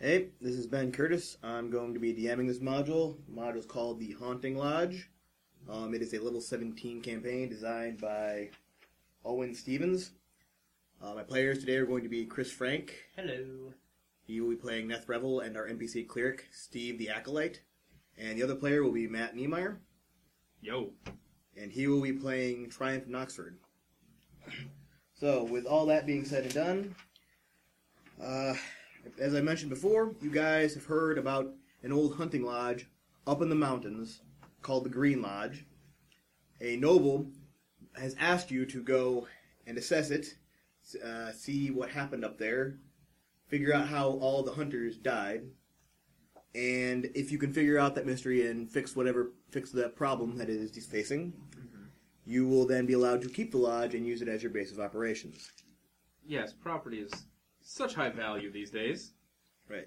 Hey, this is Ben Curtis. I'm going to be DMing this module. The module is called The Haunting Lodge. Um, it is a level 17 campaign designed by Owen Stevens. Uh, my players today are going to be Chris Frank. Hello. He will be playing Neth Revel and our NPC cleric, Steve the Acolyte. And the other player will be Matt Niemeyer, Yo. and he will be playing Triumph Knoxford. So, with all that being said and done, uh, as I mentioned before, you guys have heard about an old hunting lodge up in the mountains called the Green Lodge. A noble has asked you to go and assess it, s- uh, see what happened up there, figure out how all the hunters died, and if you can figure out that mystery and fix whatever fix that problem that it is he's facing, you will then be allowed to keep the lodge and use it as your base of operations. Yes, property is such high value these days. Right.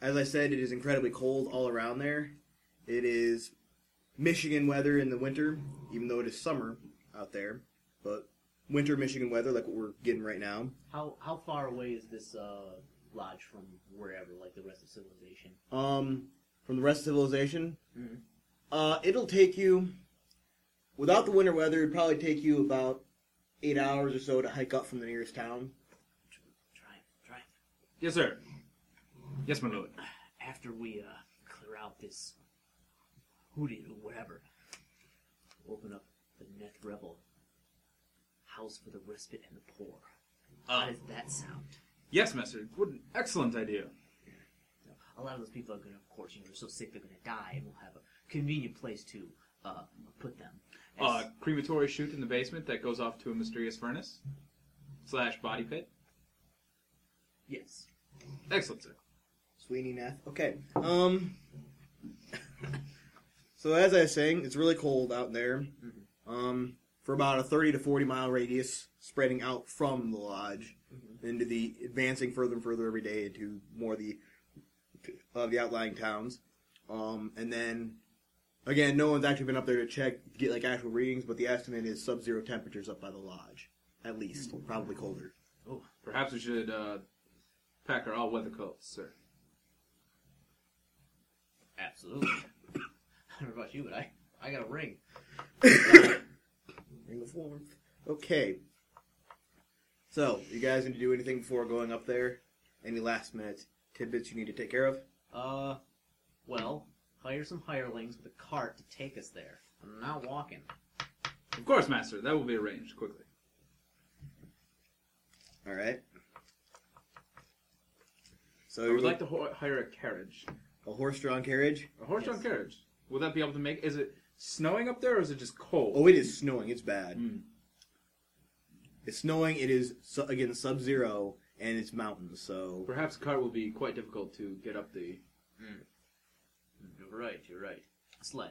As I said, it is incredibly cold all around there. It is Michigan weather in the winter, even though it is summer out there. But winter Michigan weather, like what we're getting right now, How how far away is this uh, lodge from wherever, like the rest of civilization? um, from the rest of civilization, Mhm. uh, it'll take you, without the winter weather, it'd probably take you about eight hours or so to hike up from the nearest town. Triumph, triumph. Yes, sir. Yes, my lord. After we uh, clear out this hoodoo or whatever, open up the Neth Rebel house for the respite and the poor. How does that sound? Yes, master. What an excellent idea. A lot of those people are going to, of course, you know, they're so sick they're going to die, and we'll have a convenient place to uh, put them. As- Uh, crematory chute in the basement that goes off to a mysterious furnace slash body pit. yes. Excellent, sir. Sweeney Nath. Okay. Um. so as I was saying, it's really cold out there. Um, for about a thirty to forty mile radius, spreading out from the lodge into the advancing further and further every day into more the of the outlying towns. Um, and then again, no one's actually been up there to check get like actual readings, but the estimate is sub-zero temperatures up by the lodge, at least, probably colder. Perhaps we should uh, pack our all-weather coats, sir. Absolutely. I don't know about you, but I, I got a ring. Ring of Warmth. Okay. So, you guys need to do anything before going up there? Any last minute tidbits you need to take care of? Uh, well, hire some hirelings with a cart to take us there. I'm not walking. Of course, master. That will be arranged quickly. All right. So I you would like to ho- hire a carriage, a horse-drawn carriage. a horse-drawn Yes. carriage. Will that be able to make? Is it snowing up there, or is it just cold? Oh, it is snowing. It's bad. Mm. It's snowing. It is su- again sub-zero, and it's mountains. So Perhaps a cart will be quite difficult to get up the. You're right, you're right. Sled.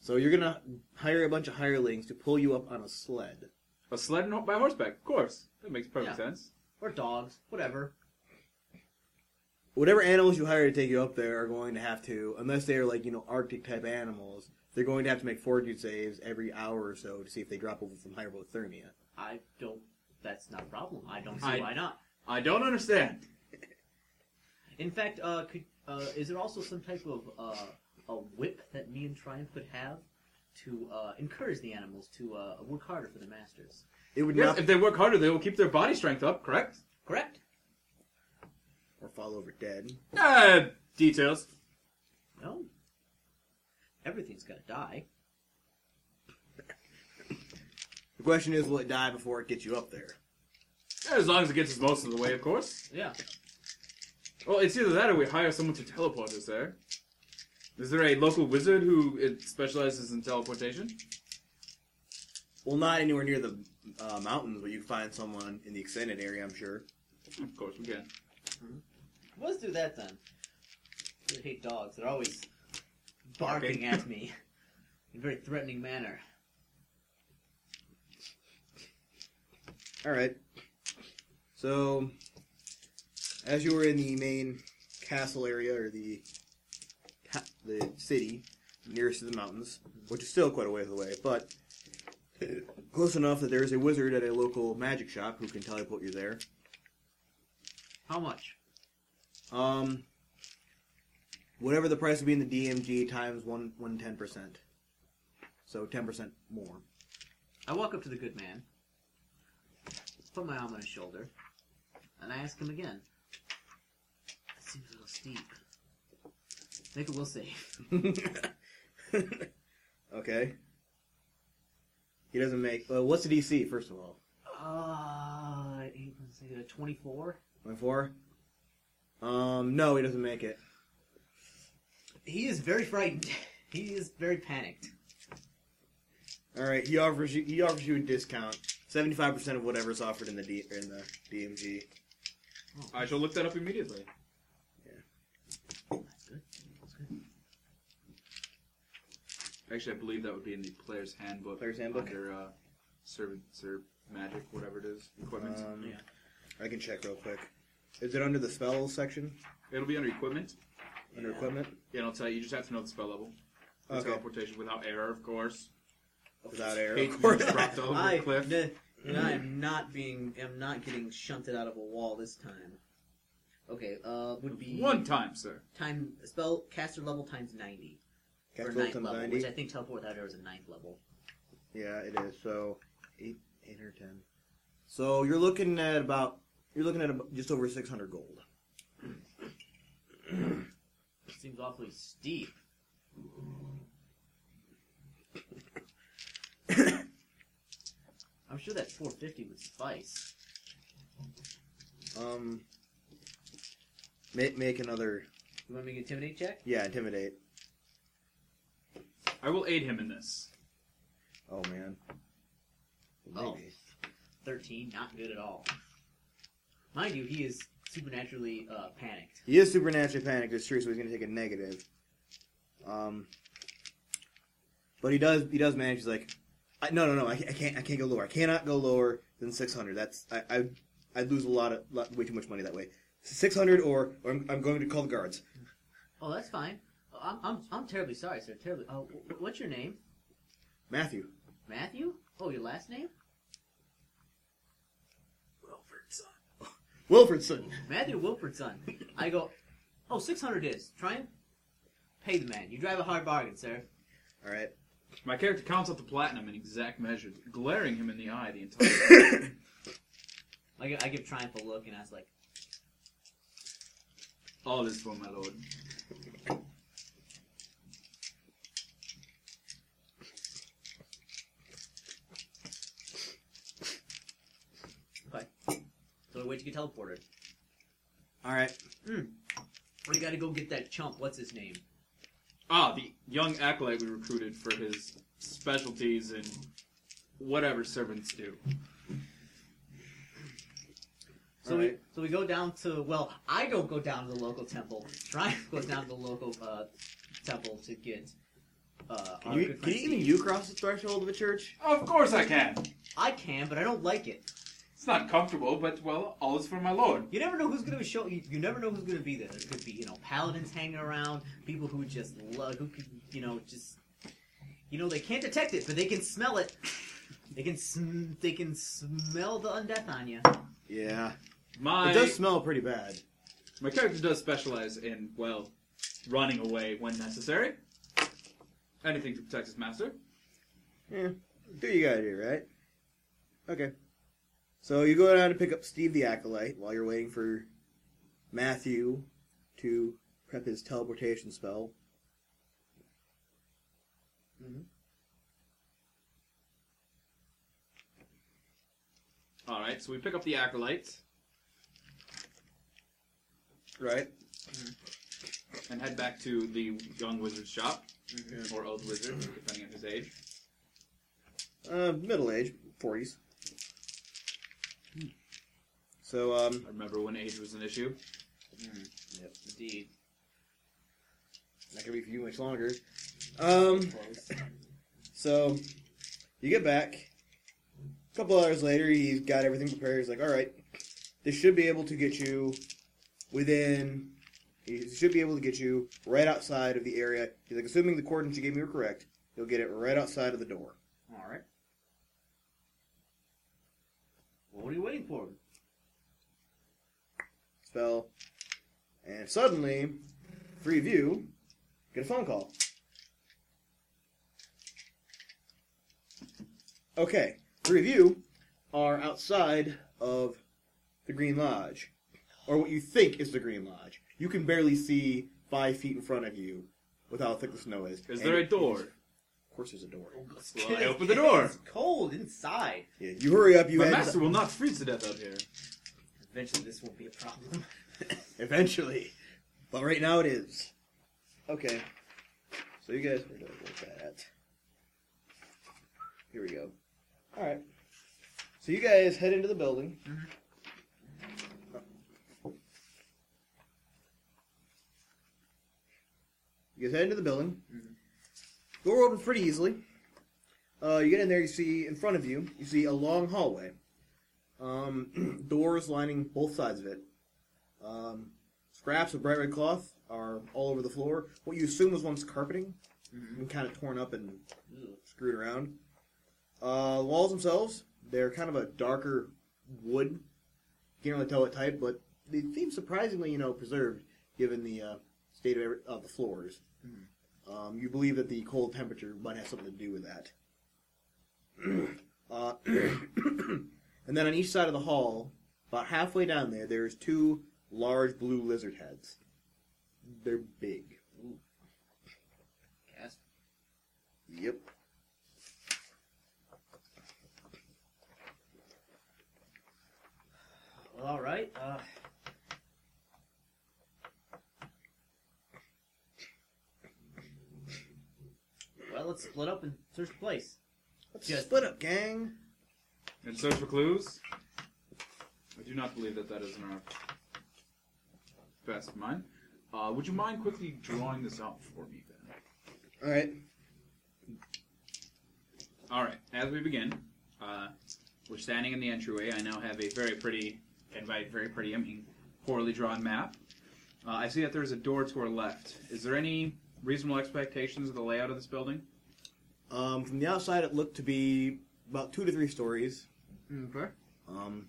so you're gonna hire a bunch of hirelings to pull you up on a sled. A sled and ho- by horseback, of course. That makes perfect Yeah. sense. Or dogs, whatever. whatever animals you hire to take you up there are going to have to, unless they are like you know Arctic type animals, they're going to have to make fortitude saves every hour or so to see if they drop over from hypothermia. I don't. That's not a problem. I don't see I- why not. I don't understand. In fact, uh, could uh, is there also some type of uh, a whip that me and Triumph could have to uh, encourage the animals to uh, work harder for the masters? It would Yes, not if they work harder, they will keep their body strength up. Correct? Correct. or fall over dead. Uh, details. No. Everything's got to die. The question is, will it die before it gets you up there? As long as it gets us most of the way, of course. Yeah. Well, it's either that or we hire someone to teleport us there. Is there a local wizard who uh, specializes in teleportation? Well, not anywhere near the uh, mountains, but you can find someone in the extended area, I'm sure. Of course we can. Let's do that then. I hate dogs. They're always barking at me in a very threatening manner. All right. So, as you were in the main castle area or the ta- the city nearest to the mountains, which is still quite a ways away, but close enough that there is a wizard at a local magic shop who can teleport you there. How much? Um, whatever the price would be in the DMG times one one ten percent. So ten percent more. I walk up to the good man, put my arm on his shoulder, and I ask him again. That seems a little steep. Make a will save. okay. He doesn't make. Well, what's the DC first of all? Uh, eight plus eight, uh, 24. One four. Um, no, he doesn't make it. He is very frightened. He is very panicked. All right, he offers you he offers you a discount, seventy five percent of whatever's offered in the D, in the DMG. I shall look that up immediately. That's good. That's good. Actually, I believe that would be in the player's handbook. Player's handbook? Under uh, Sir, Sir Magic, whatever it is, equipment. Um, Yeah. I can check real quick. Is it under the spells section? It'll be under equipment, Under Yeah. equipment? and I'll tell you. You just have to know the spell level. The Okay. Teleportation without error, of course. Without error, Kate of course. Moss dropped over I, a cliff. the- and I am not being, am not getting shunted out of a wall this time. Okay, uh, would be One time, sir. time spell caster level times ninety Cast or level ninth times level, 90. which I think teleport without error is a ninth level. Yeah, it is. So eight, eight or ten. So you're looking at about you're looking at about just over six hundred gold. Seems awfully steep. I'm sure that 450 would suffice. Um, make make another You want me to intimidate check? yeah intimidate. I will aid him in this. Oh man. Oh. 13, not good at all. Mind you, he is supernaturally uh, panicked. He is supernaturally panicked. It's true, so he's going to take a negative. Um, but he does. He does manage. He's like, I, no, no, no. I, ca- I can't. I can't go lower. I cannot go lower than six hundred. That's I. I I'd lose a lot of lot, way too much money that way. Six hundred, or, or I'm, I'm going to call the guards. Oh, that's fine. Oh, I'm, I'm, I'm terribly sorry, sir. Terribly. Oh, wh- what's your name? Matthew. Matthew? Oh, your last name? Wilfredson. Matthew Wilfredson. I go, oh, 600 is. Try and pay the man. You drive a hard bargain, sir. All right. My character counts up the platinum in exact measures, glaring him in the eye the entire time. I give, I give Triumph a look, and I was like, All is for my lord. so where'd you get teleported? All right. We gotta go get that chump. What's his name? Ah, the young acolyte we recruited for his specialties in whatever servants do. So we, Alright. so we go down to well, I don't go down to the local temple. Triumph goes down to the local uh, temple to get. Uh, Can our you, good can friend even Steve. you cross the threshold of a church? Of course I can. I can, but I don't like it. It's not comfortable, but well, all is for my lord. You never know who's gonna show. You, you never know who's gonna be there. There could be you know paladins hanging around, people who just love, who could you know just, you know they can't detect it, but they can smell it. They can sm- they can smell the undeath on you. Yeah. My It does smell pretty bad. my character does specialize in well, running away when necessary. Anything to protect his master. Yeah. Do what you gotta do, right? Okay. So you go down to pick up Steve the Acolyte while you're waiting for Matthew to prep his teleportation spell. All right, so we pick up the acolyte Right? and head back to the young wizard's shop, or old wizard, depending on his age. Uh, middle age, 40s. So, um, I remember when age was an issue. Indeed. not gonna be for you much longer. Um, so you get back. A couple hours later, he's got everything prepared. He's like, all right, this should be able to get you within. He should be able to get you right outside of the area. He's like, assuming the coordinates you gave me were correct, you'll get it right outside of the door. All right. Well, what are you waiting for? spell, and suddenly, three of you get a phone call. Okay, three of you are outside of the Green Lodge, or what you think is the Green Lodge. You can barely see five feet in front of you with how thick the snow is. And Is there a it- door? Of course, there's a door. Well, I opened the door. It's cold inside. Yeah, you hurry up. You My head master will not freeze to death out here. Eventually, this won't be a problem. Eventually. But right now it is. Okay. So you guys, where do I look that at? Here we go. Alright. So you guys head into the building. You guys head into the building. Door opens pretty easily. Uh, you get in there, you see in front of you, you see a long hallway. Um, doors lining both sides of it. Um, scraps of bright red cloth are all over the floor. What you assume was once carpeting, kind of torn up and screwed around. Uh, walls themselves, they're kind of a darker wood. Can't really tell what type, but they seem surprisingly, you know, preserved given the uh, state of, every- of the floors. Um, you believe that the cold temperature might have something to do with that. uh, and then on each side of the hall, about halfway down there, there's two large blue lizard heads. They're big. Gasp. Yep. Well, all right. Uh, well, let's split up and search the place. Let's Yes. split up, gang. And search for clues? I do not believe that that is in our best of mind. Uh, would you mind quickly drawing this out for me, then? All right. All right. As we begin, uh, we're standing in the entryway. I now have a very pretty, and by very pretty, I mean poorly drawn map. Uh, I see that there is a door to our left. Is there any reasonable expectations of the layout of this building? Um, from the outside, it looked to be about two to three stories. Okay. Um,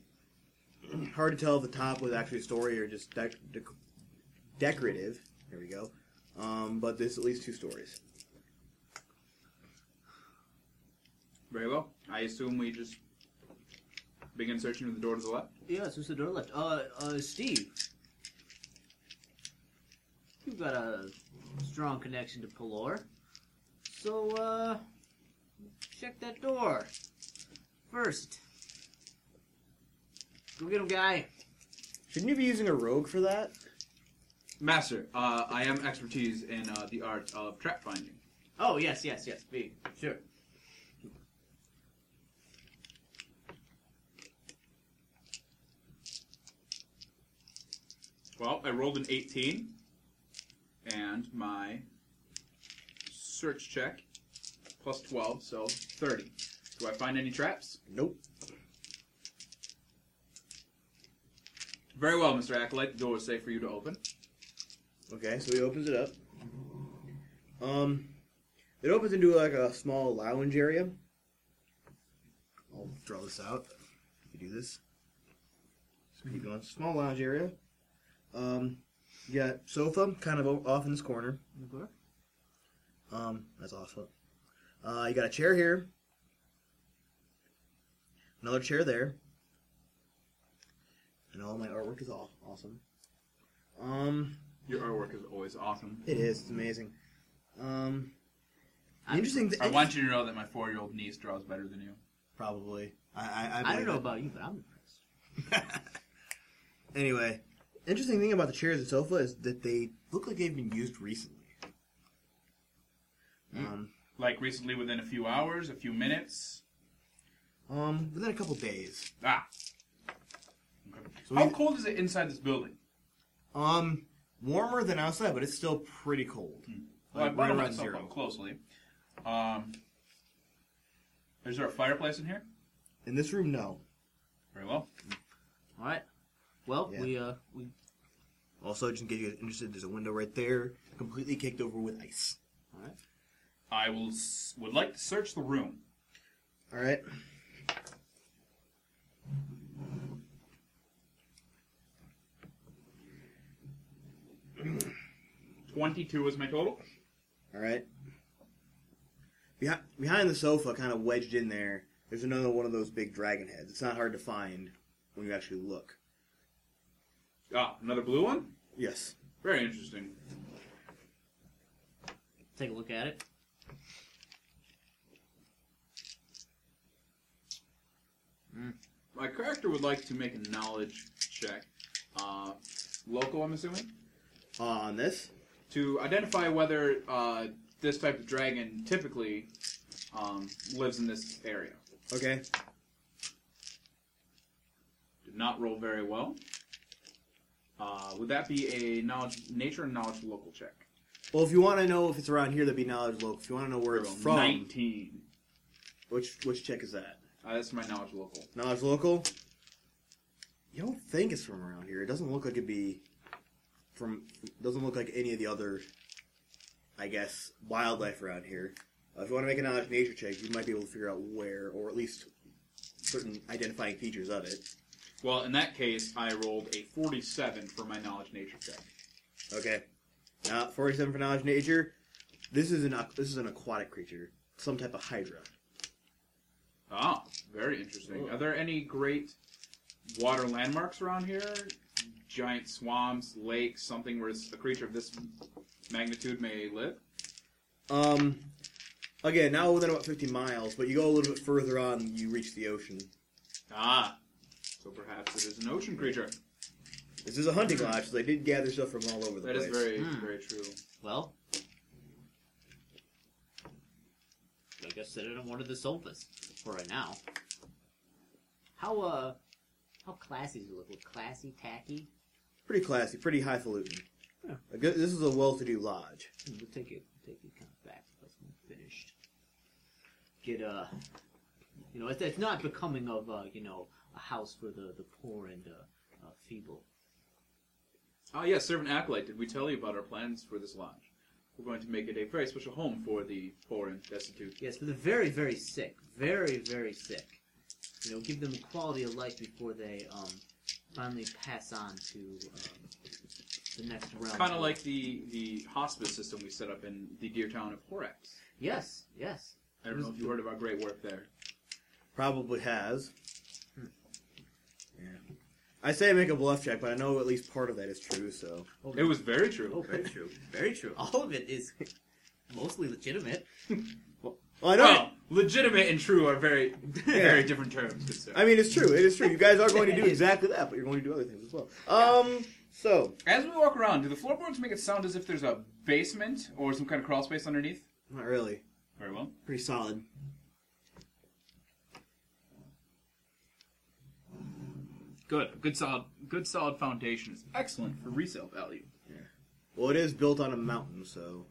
hard to tell if the top was actually a story or just dec- dec- decorative. There we go. Um, but there's at least two stories. Very well. I assume we just begin searching for the door to the left. Yeah, so it's the door left. Uh, uh, Steve, you've got a strong connection to Pelor, so uh, check that door first. Go get him, guy. Shouldn't you be using a rogue for that? Master, uh, I am expertise in uh, the art of trap finding. Oh yes, yes, yes. Be sure. Well, I rolled an 18, and my search check plus 12, so 30. Do I find any traps? Nope. Very well, Mr. Acolyte. The door is safe for you to open. Okay, so he opens it up. Um, it opens into like a small lounge area. I'll draw this out. You do this. Just keep going. Small lounge area. Um, you got sofa kind of o- off in this corner. Um, that's awesome. Uh, you got a chair here. Another chair there. And all my artwork is all awesome. Um, Your artwork is always awesome. it is. It's amazing. Um, the I- interesting. I thi- want you to know that my four year old niece draws better than you. probably. I I, I, I don't believe know it. about you, but I'm impressed. Anyway, interesting thing about the chairs and sofa is that they look like they've been used recently. Hmm. Um, Like recently, within a few hours, a few minutes. um, within a couple days. Ah. Okay. So How we- cold is it inside this building? Um, warmer than outside, but it's still pretty cold. Hmm. Well, I Like, brought right my around myself zero. up closely. Um, is there a fireplace in here? In this room, no. Very well. All right. Well, Yeah. we uh, we Also, just in case you guys are interested, there's a window right there, completely caked over with ice. all right. I will s- would like to search the room. All right. Twenty-two was my total. All right. Behind, behind the sofa, kind of wedged in there, there's another one of those big dragon heads. It's not hard to find when you actually look. Ah, another blue one. Yes. Very interesting. Take a look at it. My character would like to make a knowledge check, uh, local, I'm assuming, On this, to identify whether uh, this type of dragon typically um, lives in this area. okay. Did not roll very well. Uh, would that be a knowledge, nature and knowledge local check? Well, if you want to know if it's around here, that'd be knowledge local. If you want to know where it's Roll from, Nineteen. which which check is that? Uh, that's my knowledge local. Knowledge local. You don't think it's from around here. It doesn't look like it'd be from. Doesn't look like any of the other, I guess, wildlife around here. Uh, if you want to make a knowledge nature check, you might be able to figure out where, or at least certain identifying features of it. Well, in that case, I rolled a forty-seven for my knowledge nature check. Okay. Now, forty-seven for knowledge nature. This is an aqu- this is an aquatic creature, some type of hydra. Ah, very interesting. Ooh. Are there any great water landmarks around here? Giant swamps, lakes, something where it's a creature of this magnitude may live? Um, again, now within about fifty miles, but you go a little bit further on, you reach the ocean. Ah, so perhaps it is an ocean creature. This is a hunting lodge, so they did gather stuff from all over the That place. is very, Hmm. very true. Well, like I said, it on one of the sofas for right now. How uh, how classy does it look? Look classy, tacky. pretty classy, pretty highfalutin. Yeah. A good, this is a well-to-do lodge. Hmm, We'll take it, we'll take it kind of back to the place when we're finished. Get uh, you know, it's, it's not becoming of uh, you know, a house for the the poor and uh, uh feeble. Ah, yes, Servant Acolyte, did we tell you about our plans for this lodge? We're going to make it a very special home for the poor and destitute. Yes, for the very, very sick. Very, very sick. You know, give them quality of life before they um, finally pass on to um, the next realm. Kind of like the, the hospice system we set up in the dear town of Horax. Yes, yes. I don't know if you heard of our great work there. Probably has. Hmm. Yeah. I say make a bluff check, but I know at least part of that is true. So Oh, It was very true. oh, very true. Very true. All of it is mostly legitimate. well, I know. Well, legitimate and true are very, very different terms. good sir. I mean, it's true. It is true. You guys are going to do It is. exactly that, but you're going to do other things as well. Um. So As we walk around, do the floorboards make it sound as if there's a basement or some kind of crawl space underneath? not really. Very well. Pretty solid. Good. Good solid. Good solid foundation is excellent for resale value. Well, it is built on a mountain, so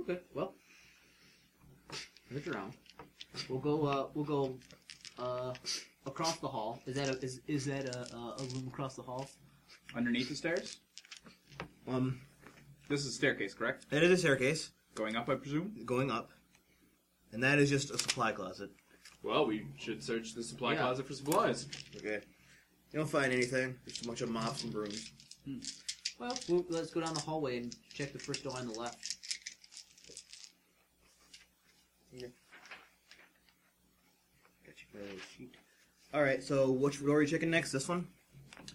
Okay, well. Look around. We'll go, uh, we'll go, uh, across the hall. Is that a, is, is that a, a a room across the hall? Underneath the stairs. um, This is a staircase, correct? that is a staircase Going up, I presume. going up, and that is just a supply closet. Well, we should search the supply Yeah. closet for supplies. Okay. You don't find anything. Just a bunch of mops and brooms. Well, we'll let's go down the hallway and check the first door on the left. Got you by the sheet. All right. So which door are you checking next? This one.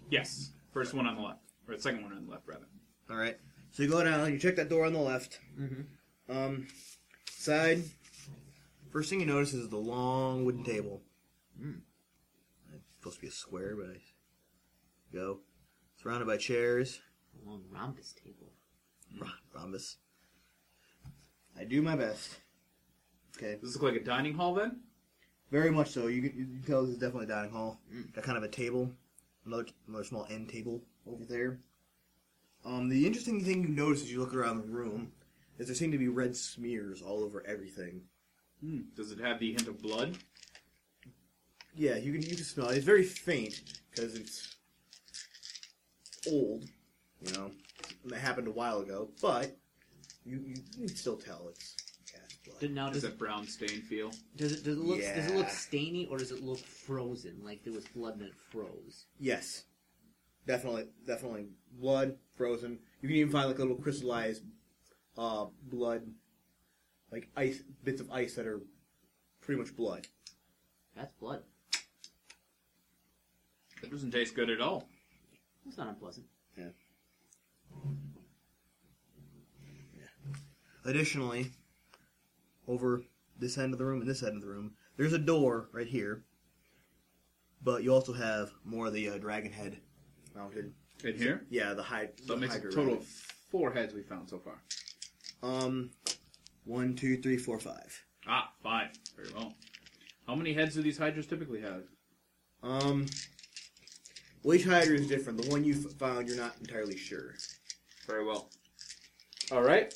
Yes. First one on the left, or the second one on the left, rather. All right. So you go down. You check that door on the left. Mm-hmm. Um, side. First thing you notice is the long wooden table. Mm. It's supposed to be a square, but I go surrounded by chairs. A long rhombus table. Rom- Rhombus. I do my best. Okay. Does this look like a dining hall then? Very much so. You can, you can tell this is definitely a dining hall. Got kind of a table, another another small end table over there. Um, the interesting thing you notice as you look around the room is there seem to be red smears all over everything. Hmm. Does it have the hint of blood? Yeah, you can you can smell it. It's very faint because it's old, you know. and That happened a while ago, but you you, you can still tell it's cat's blood. Did, now Does does, that brown stain feel? does it does it look does it Yeah. look stainy or does it look frozen? Like there was blood and it froze. Yes, definitely, definitely blood frozen. You can even find like little crystallized uh, blood, like ice bits of ice that are pretty much blood. That's blood. It doesn't taste good at all. It's not unpleasant. Additionally, over this end of the room and this end of the room, there's a door right here. But you also have more of the uh, dragon head mounted. In here? Yeah, the hide. So the it makes a hydra total of rabbit. four heads we found so far. Um, one, two, three, four, five. Ah, five. Very well. How many heads do these hydras typically have? Um, well, each hydra is different. The one you f- found, you're not entirely sure. Very well. All right.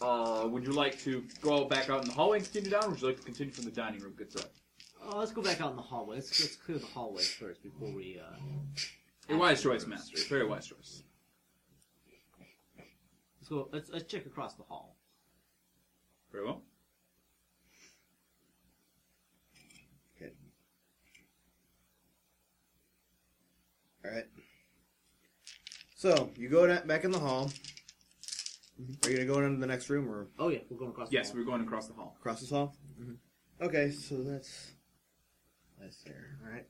Uh, would you like to go back out in the hallway and continue down, or would you like to continue from the dining room? Good sir. Oh, let's go back out in the hallway. Let's, let's clear the hallway first before we. Uh, A wise choice, master. Very wise choice. let's go. Let's, let's check across the hall. Very well. All right. So you go da- back in the hall. Are you gonna go into the next room or Oh yeah, we're going across. Yes, the we're going across the hall. across this hall? Okay, so that's that's there. All right.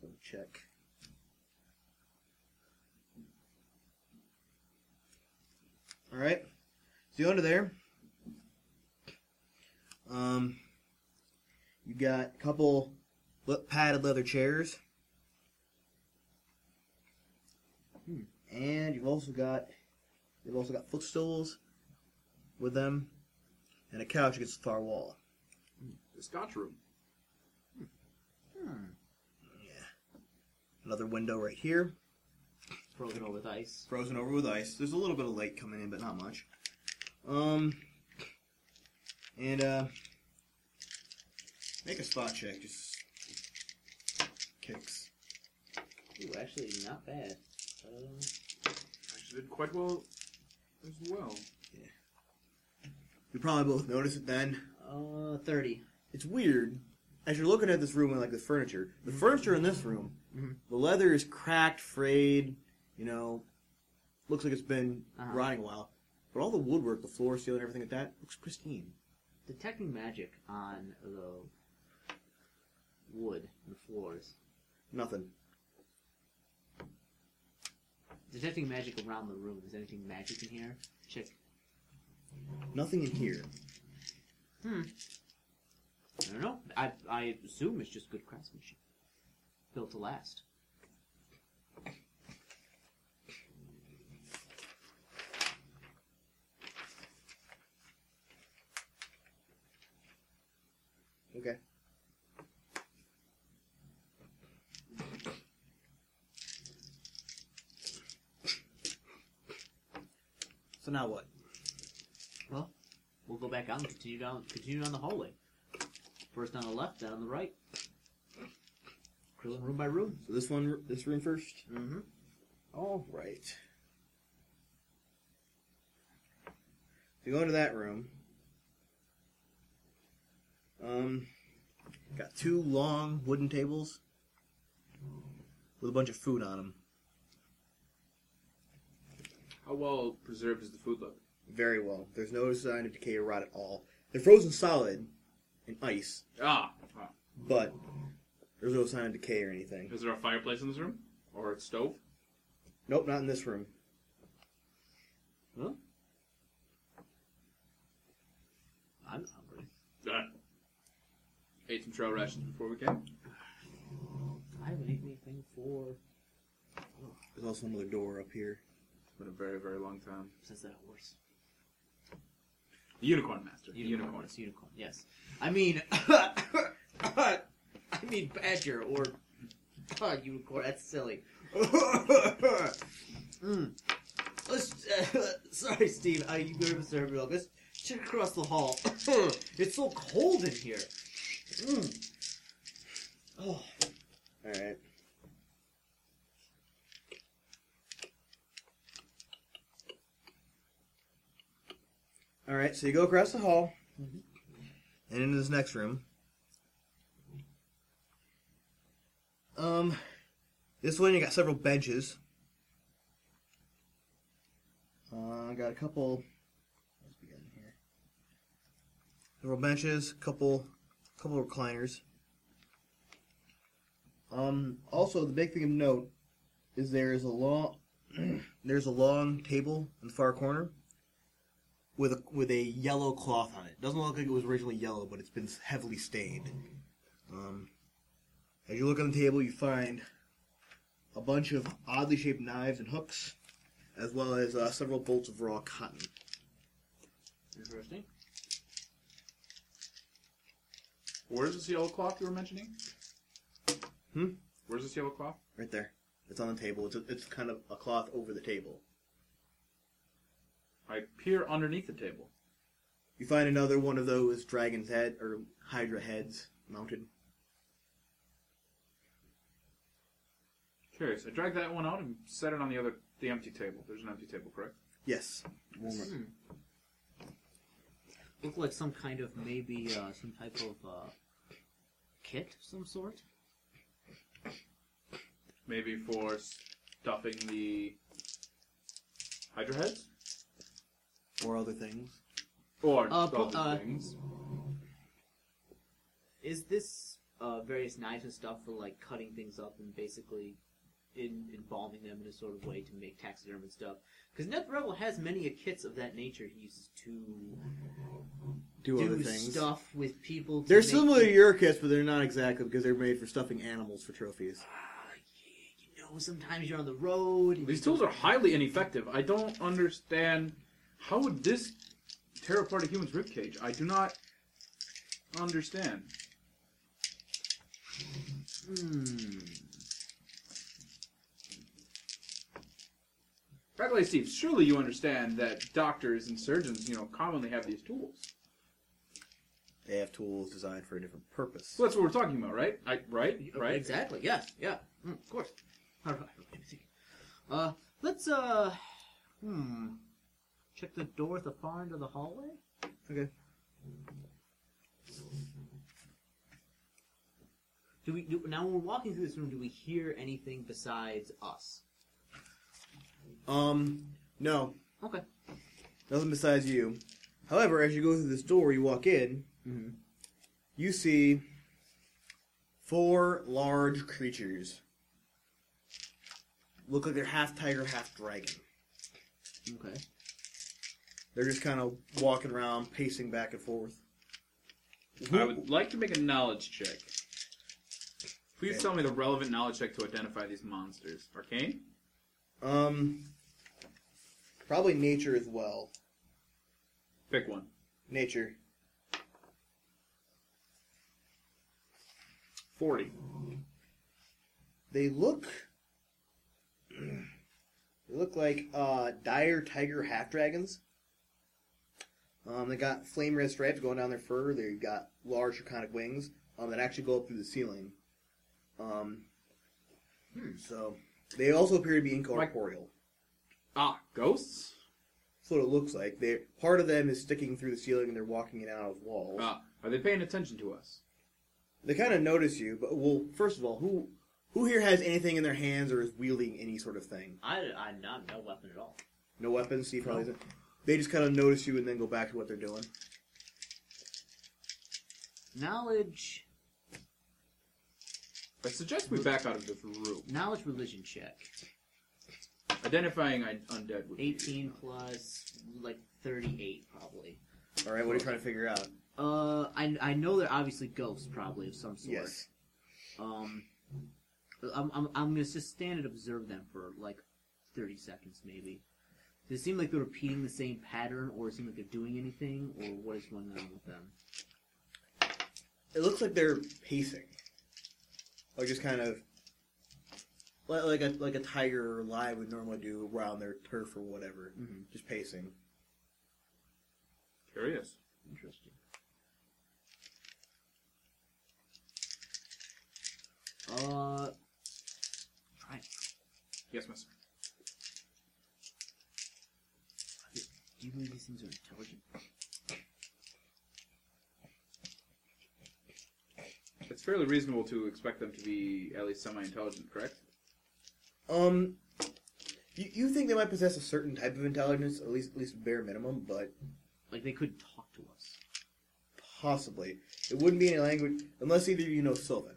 So check. All right. So you go into there. Um, you got a couple le- padded leather chairs. Hmm. And you've also got you've also got footstools with them, and a couch against the far wall. The Scotch room. Another window right here, hall. Frozen over with ice. frozen over with ice. There's a little bit of light coming in, but not much. Um, and uh, make a spot check. Just kicks. Ooh, actually, not bad. Um, Actually, did quite well as well. You probably both notice it then. Uh, 30. It's weird. As you're looking at this room and like the furniture, the Mm-hmm. furniture in this room, Mhm. the leather is cracked, frayed. You know, looks like it's been Uh-huh. rotting a while. But all the woodwork, the floor, ceiling, everything like that, looks pristine. Detecting magic on the wood and floors. Nothing. Detecting magic around the room. Is there anything magic in here? Check. Nothing in here. I don't know. I, I assume it's just good craftsmanship. Built to last. Okay. So now what? Well, we'll go back out and continue down, continue down the hallway. First on the left, then on the right. Grilling room by room. So this one, this room first. Mm-hmm. All right. So you go into that room. Um, got two long wooden tables with a bunch of food on them. How well preserved is the food look? Very well. There's no sign of decay or rot at all. They're frozen solid in ice, Ah, ah. but there's no sign of decay or anything. is there a fireplace in this room or a stove? Nope, not in this room. Well, I'm hungry. Ah. Ate some trail rations before we came. I haven't eaten anything for There's also another door up here. It's been a very, very long time. since that horse. The unicorn master. The Unicorn. unicorn. It's unicorn. Yes. I mean, I mean badger or uh, unicorn. That's silly. mm. Let's. Uh, sorry, Steve. Uh, you better observe real. Let's check across the hall. it's so cold in here. Mm. Oh, Alright. Alright, so you go across the hall and into this next room. Um, this one you got several benches Uh, I got a couple. What's we got in here? Several benches, couple, couple recliners. Um. Also, the big thing of note is there is a long, there's a long table in the far corner with a with a yellow cloth on it. Doesn't look like it was originally yellow, but it's been heavily stained. Um, as you look on the table, you find a bunch of oddly shaped knives and hooks, as well as uh, several bolts of raw cotton. Interesting. Where's this yellow cloth you were mentioning? Hmm? Where's this yellow cloth? Right there, it's on the table. It's a, it's kind of a cloth over the table. I peer underneath the table. You find another one of those dragon's head or hydra heads mounted. Curious. I drag that one out and set it on the other, the empty table. There's an empty table, correct? Yes, Hmm. Look like some kind of maybe uh, some type of uh, kit, of some sort. Maybe for stuffing the hydra heads or other things. or Uh, other pu- uh, things. Is this uh, various knives and stuff for like cutting things up and basically in, embalming them in a sort of way to make taxiderm and stuff? Because Neth Rebel has many a kits of that nature he uses to Do, do other things. stuff with people. To They're make similar to them- your kits, but they're not exactly because they're made for stuffing animals for trophies. Ah, yeah, you know, sometimes you're on the road. and These you tools don't- are highly ineffective. I don't understand. How would this tear apart a human's ribcage? I do not understand. Hmm. By the way, Steve, surely you understand that doctors and surgeons, you know, commonly have these tools. They have tools designed for a different purpose. So that's what we're talking about, right? I, right? Right? Exactly. Yes. Yeah. Mm, of course. All right. Let me see. Uh, let's uh, hmm, check the door at the far end of the hallway. Okay. Do we do now? When we're walking through this room, do we hear anything besides us? Um, no, Okay. nothing besides you. However, as you go through this door, you walk in. Mm-hmm. You see four large creatures. Look like they're half tiger, half dragon. Okay. They're just kind of walking around, pacing back and forth. I would like to make a knowledge check. Please Okay. tell me the relevant knowledge check to identify these monsters. Arcane? Um, probably nature as well. Pick one. Nature. 40. They look. They look like uh, dire tiger half dragons. Um, they got flame red stripes going down their fur. They got large draconic wings um, that actually go up through the ceiling. Um, hmm, So they also appear to be incorporeal. Ah, ghosts? That's what it looks like. They part of them is sticking through the ceiling and they're walking in and out of walls. Ah, are they paying attention to us? They kind of notice you, but well, first of all, who who here has anything in their hands or is wielding any sort of thing? I I not no weapon at all. No weapons, so you probably No. isn't. They just kind of notice you and then go back to what they're doing. Knowledge, I suggest we back out of this room. knowledge, religion check. Identifying un- undead would be- uh, Eighteen plus like thirty-eight probably. All right, what are you trying to figure out? Uh, I I know they're obviously ghosts probably of some sort. Yes. Um, I'm, I'm, I'm gonna just stand and observe them for like 30 seconds, maybe. Does it seem like they're repeating the same pattern, or it seem like they're doing anything, or what is going on with them? It looks like they're pacing, like just kind of li- like a like a tiger or lion would normally do around their turf or whatever, Mhm. just pacing. Curious. Interesting. Uh, try. Yes, miss. Do you believe these things are intelligent? It's fairly reasonable to expect them to be at least semi-intelligent, correct? Um, You, you think they might possess a certain type of intelligence, at least at least bare minimum, but Like they couldn't talk to us. possibly it wouldn't be in a language unless either of you know Sylvan.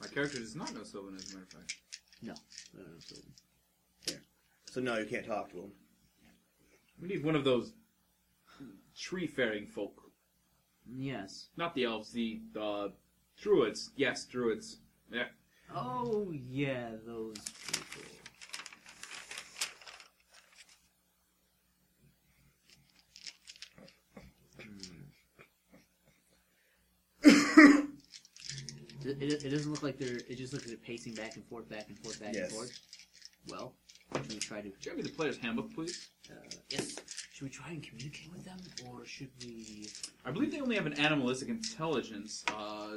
My character does not know Sylvan, as a matter of fact. I don't know, so- So no, you can't talk to them. We need one of those tree faring folk. Yes. Not the elves, the uh, druids. Yes, druids. Yeah. Oh yeah, those people. It, it, it doesn't look like they're. It just looks like they're pacing back and forth, back and forth, back Yes. and forth. Well, should we try to? Could you have me the player's handbook, please? Uh, yes. Should we try and communicate with them, or should we? I believe they only have an animalistic intelligence. Uh,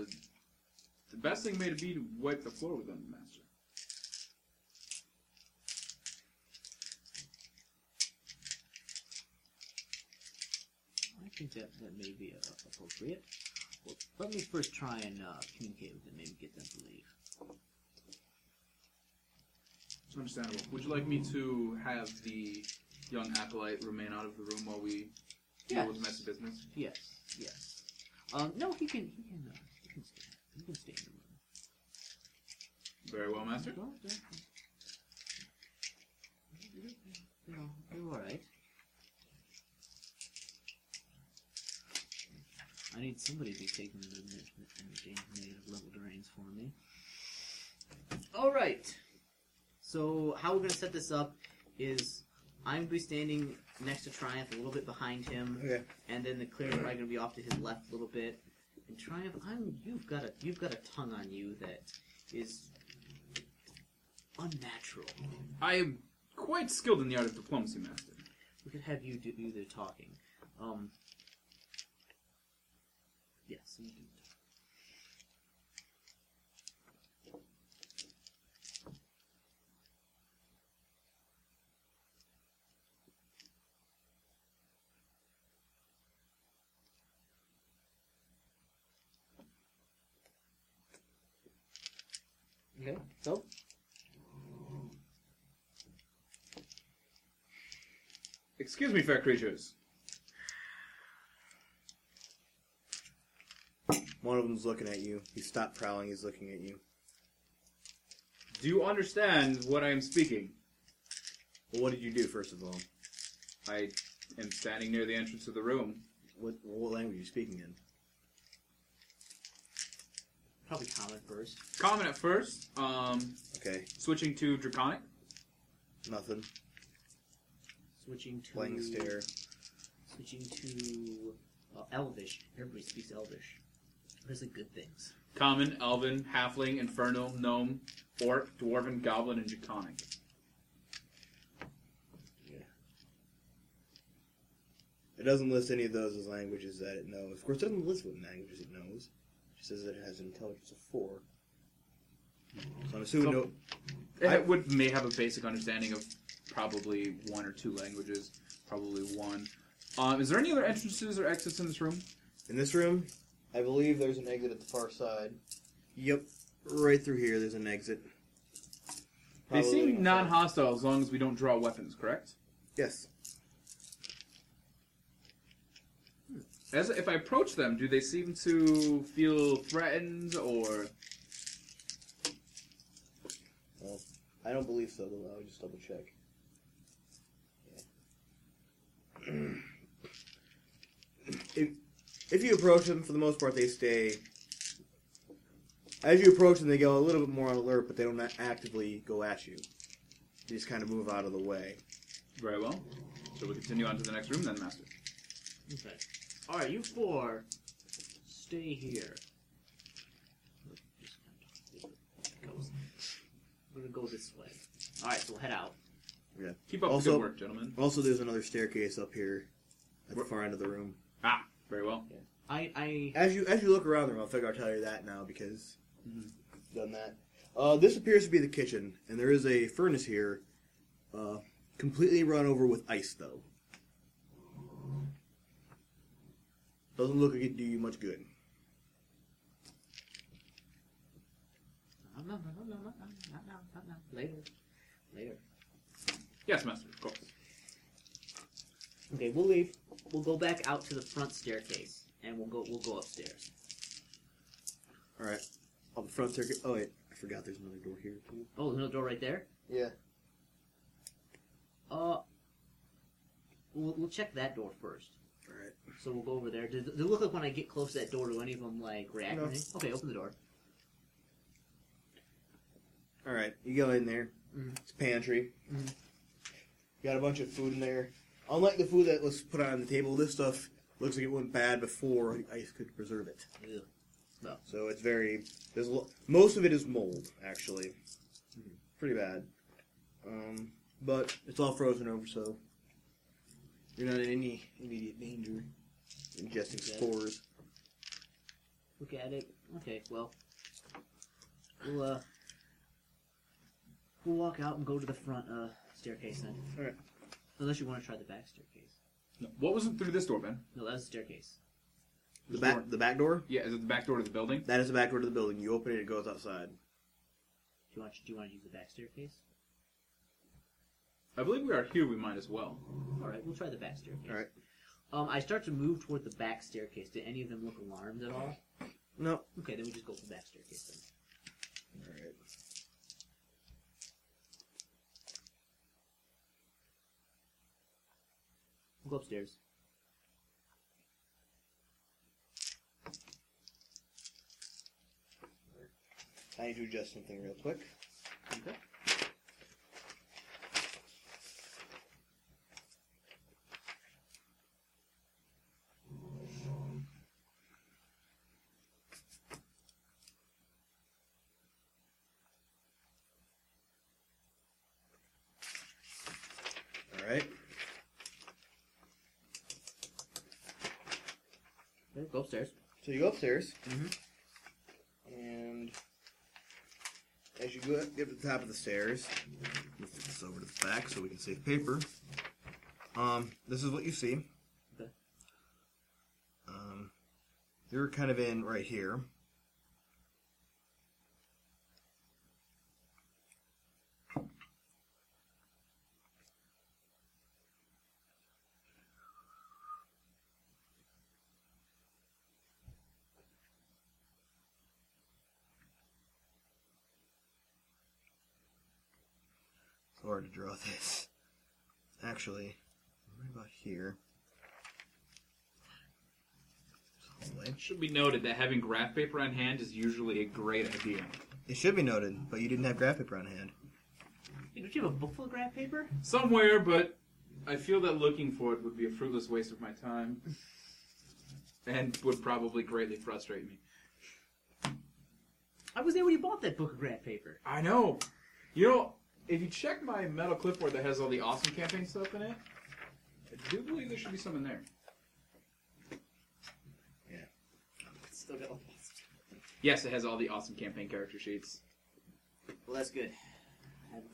the best thing may be to wipe the floor with them, Master. I think that, that may be uh, appropriate. Well, let me first try and uh, communicate with them, maybe get them to leave. It's understandable. Would you like me to have the young acolyte remain out of the room while we Yeah. deal with messy business? Yes, yes. Um, no, he can, he can, uh, he can stay. He can stay in the room. Very well, Master. Well, they're, they're, all- they're all right. I need somebody to be taking the energy negative level drains for me. All right. So how we're gonna set this up is I'm gonna be standing next to Triumph, a little bit behind him Okay. and then the clear's probably gonna be off to his left a little bit. And Triumph, I'm you've got a you've got a tongue on you that is unnatural. I am quite skilled in the art of diplomacy, Master. We could have you do, do the talking. Um, yes, you do. the talking. Okay, so Excuse me, fair creatures. One of them's looking at you. He stopped prowling. He's looking at you. Do you understand what I am speaking? Well, what did you do first of all? I am standing near the entrance of the room. What, what language are you speaking in? probably comment first. Common at first, um, Okay, switching to Draconic. nothing. Switching to Playing stare. switching to uh, Elvish. Everybody speaks Elvish. There's the good things. Common, Elven, Halfling, Infernal, Gnome, Orc, Dwarven, Goblin, and Draconic. It doesn't list any of those as languages that it knows. Of course, it doesn't list what languages it knows. It says that it has an intelligence of four. So I'm assuming no, And I- it would may have a basic understanding of probably one or two languages, probably one. Um, is there any other entrances or exits in this room? in this room, I believe there's an exit at the far side. Yep, right through here. There's an exit. they Probably seem non-hostile as long as we don't draw weapons, correct? Yes. As if I approach them, do they seem to feel threatened or I don't believe so. But I'll just double check. if, if you approach them, for the most part, they stay. As you approach them, they go a little bit more on alert, but they don't actively go at you. They just kind of move out of the way. very well? So we continue on to the next room then, Master. Okay. All right, you four, stay here. We're gonna go this way. All right, so we'll head out. Keep up Also- the good work, gentlemen. Also, there's another staircase up here at the Where- far end of the room. Ah, very well. I I As you as you look around the room, I figure I'll tell you that now because Mhm. done that. Uh, this appears to be the kitchen, and there is a furnace here, uh, completely run over with ice though. Doesn't look like it do you much good. all no, not now, not now, not now. Later, later. Yes, master. Of course. Okay, we'll leave. We'll go back out to the front staircase, and we'll go. We'll go upstairs. All right. On the front staircase. Oh wait, I forgot. There's another door here too. Oh, there's another door right there. Yeah. Uh, we'll, we'll check that door first. All right. So we'll go over there. Does does it look like when I get close to that door, do any of them like react? No. or anything? Okay, open the door. All right. You go in there. Mhm. It's a pantry. Mhm. Got a bunch of food in there. Unlike the food that was put on the table, this stuff looks like it went bad before I could preserve it. Ugh. So it's very. There's a lo- most of it is mold, actually. Pretty bad. Um, but it's all frozen over, so you're not in any immediate danger. Ingesting Okay. spores. Look at it. Okay, well, we'll uh, we'll walk out and go to the front uh staircase then. Alright. Unless you want to try the back staircase. No. What was it through this door, Ben? No, that was the staircase. The back, Door. the back door. Yeah, is it the back door to the building? That is the back door to the building. You open it, it goes outside. Do you want do you want to use the back staircase? I believe we are here. We might as well. All right, we'll try the back staircase. All right. Um, I start to move toward the back staircase. Did any of them look alarmed at all? No. Okay, then we just go for the back staircase then. All right. We'll go upstairs. I need to adjust something real quick. Okay. All right. Okay, go upstairs. So you go upstairs, Mhm. and as you go up, get to the top of the stairs, move this over to the back so we can save paper. Um, this is what you see. Okay. Um, you're kind of in right here. It's hard to draw this. Actually, right about here. This hallway. It should be noted that having graph paper on hand is usually a great idea. It should be noted, but you didn't have graph paper on hand. Hey, don't you have a book full of graph paper? Somewhere, but I feel that looking for it would be a fruitless waste of my time, and would probably greatly frustrate me. I was there when you bought that book of graph paper. I know. You know, if you check my metal clipboard that has all the awesome campaign stuff in it, I do believe there should be some in there. Still got Yes, it has all the awesome campaign character sheets. Well, that's good.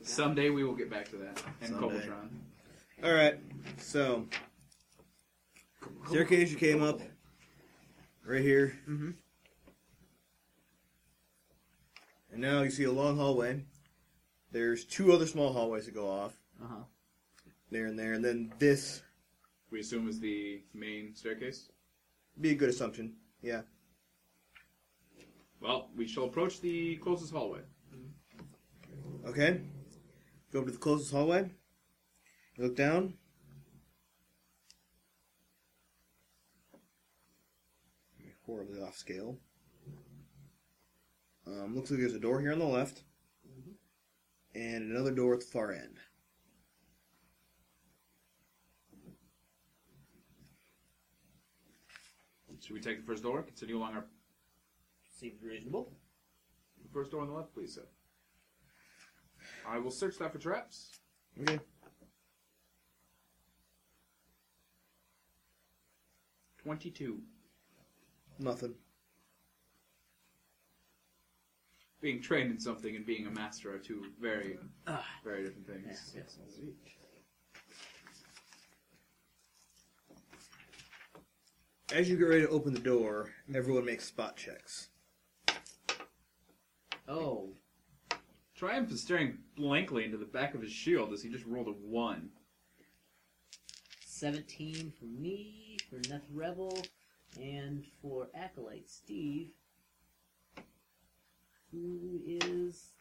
Someday we will get back to that. And Someday. Cobaltron. All right, so staircase you came up right here, Mhm. and now you see a long hallway. There's two other small hallways that go off Uh huh. there and there, and then this We assume is the main staircase. be a good assumption. Yeah. Well, we shall approach the closest hallway. Okay. Go up to the closest hallway. You look down. Horribly off scale. Um, looks like there's a door here on the left, and another door at the far end. Should we take the first door? Continue along our Seems reasonable. first door on the left, please, sir. I will search that for traps. Okay. 22. Nothing. Being trained in something and being a master are two very, Ah. very different things. Yes, yes. As you get ready to open the door, everyone makes spot checks. Oh, Triumph is staring blankly into the back of his shield as he just rolled a one. 17 for me, for Neth Rebel, and for Acolyte Steve, who is.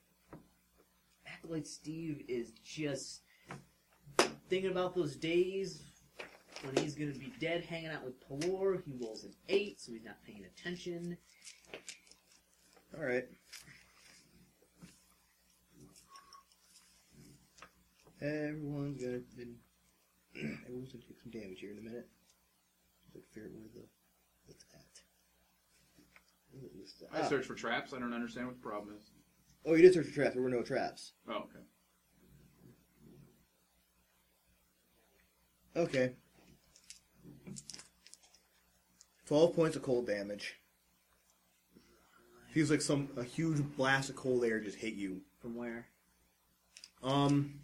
Acolyte Steve is just thinking about those days when he's going to be dead hanging out with Pelor. He rolls an 8, so he's not paying attention. All right. Everyone's gonna everyone's gonna take some damage here in a minute. Let's figure out where the what's at. Where is that? I Ah. searched for traps. I don't understand what the problem is. Oh, you did search for traps. There were no traps. Oh, okay. Okay. Twelve points of cold damage. Feels like some a huge blast of cold air just hit you. From where? Um,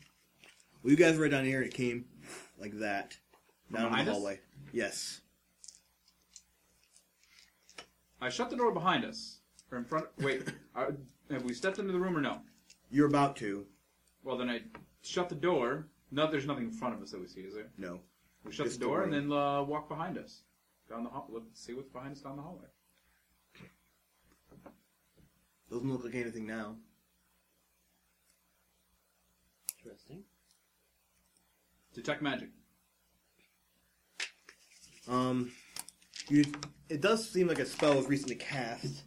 well, you guys were right down here, and it came like that From down in behind the us? hallway. Yes. I shut the door behind us. Or in front. Wait. are, have we stepped into the room or no? You're about to. Well, then I shut the door. No, there's nothing in front of us that we see, is there? No. We shut Just the the door and room. then uh, walk behind us down the hall. Look, see what's behind us down the hallway. Doesn't look like anything now. Interesting. Detect magic. Um, you. It does seem like a spell was recently cast.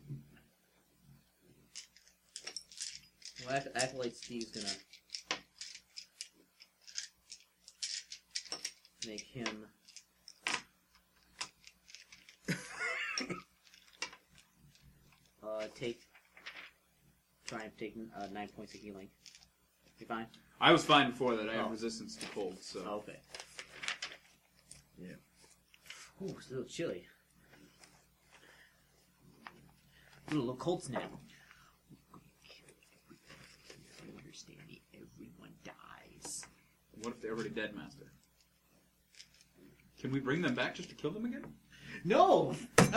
Well, Ac- Acolyte Steve's gonna make him. uh, take. Try and take uh, nine points of healing. You fine? I was fine before that. I Oh. have resistance to cold, so Okay. Yeah. Ooh, it's a little chilly. Ooh, a little cold snap. Understand me, everyone dies. what if they're already dead, Master? Can we bring them back just to kill them again? No!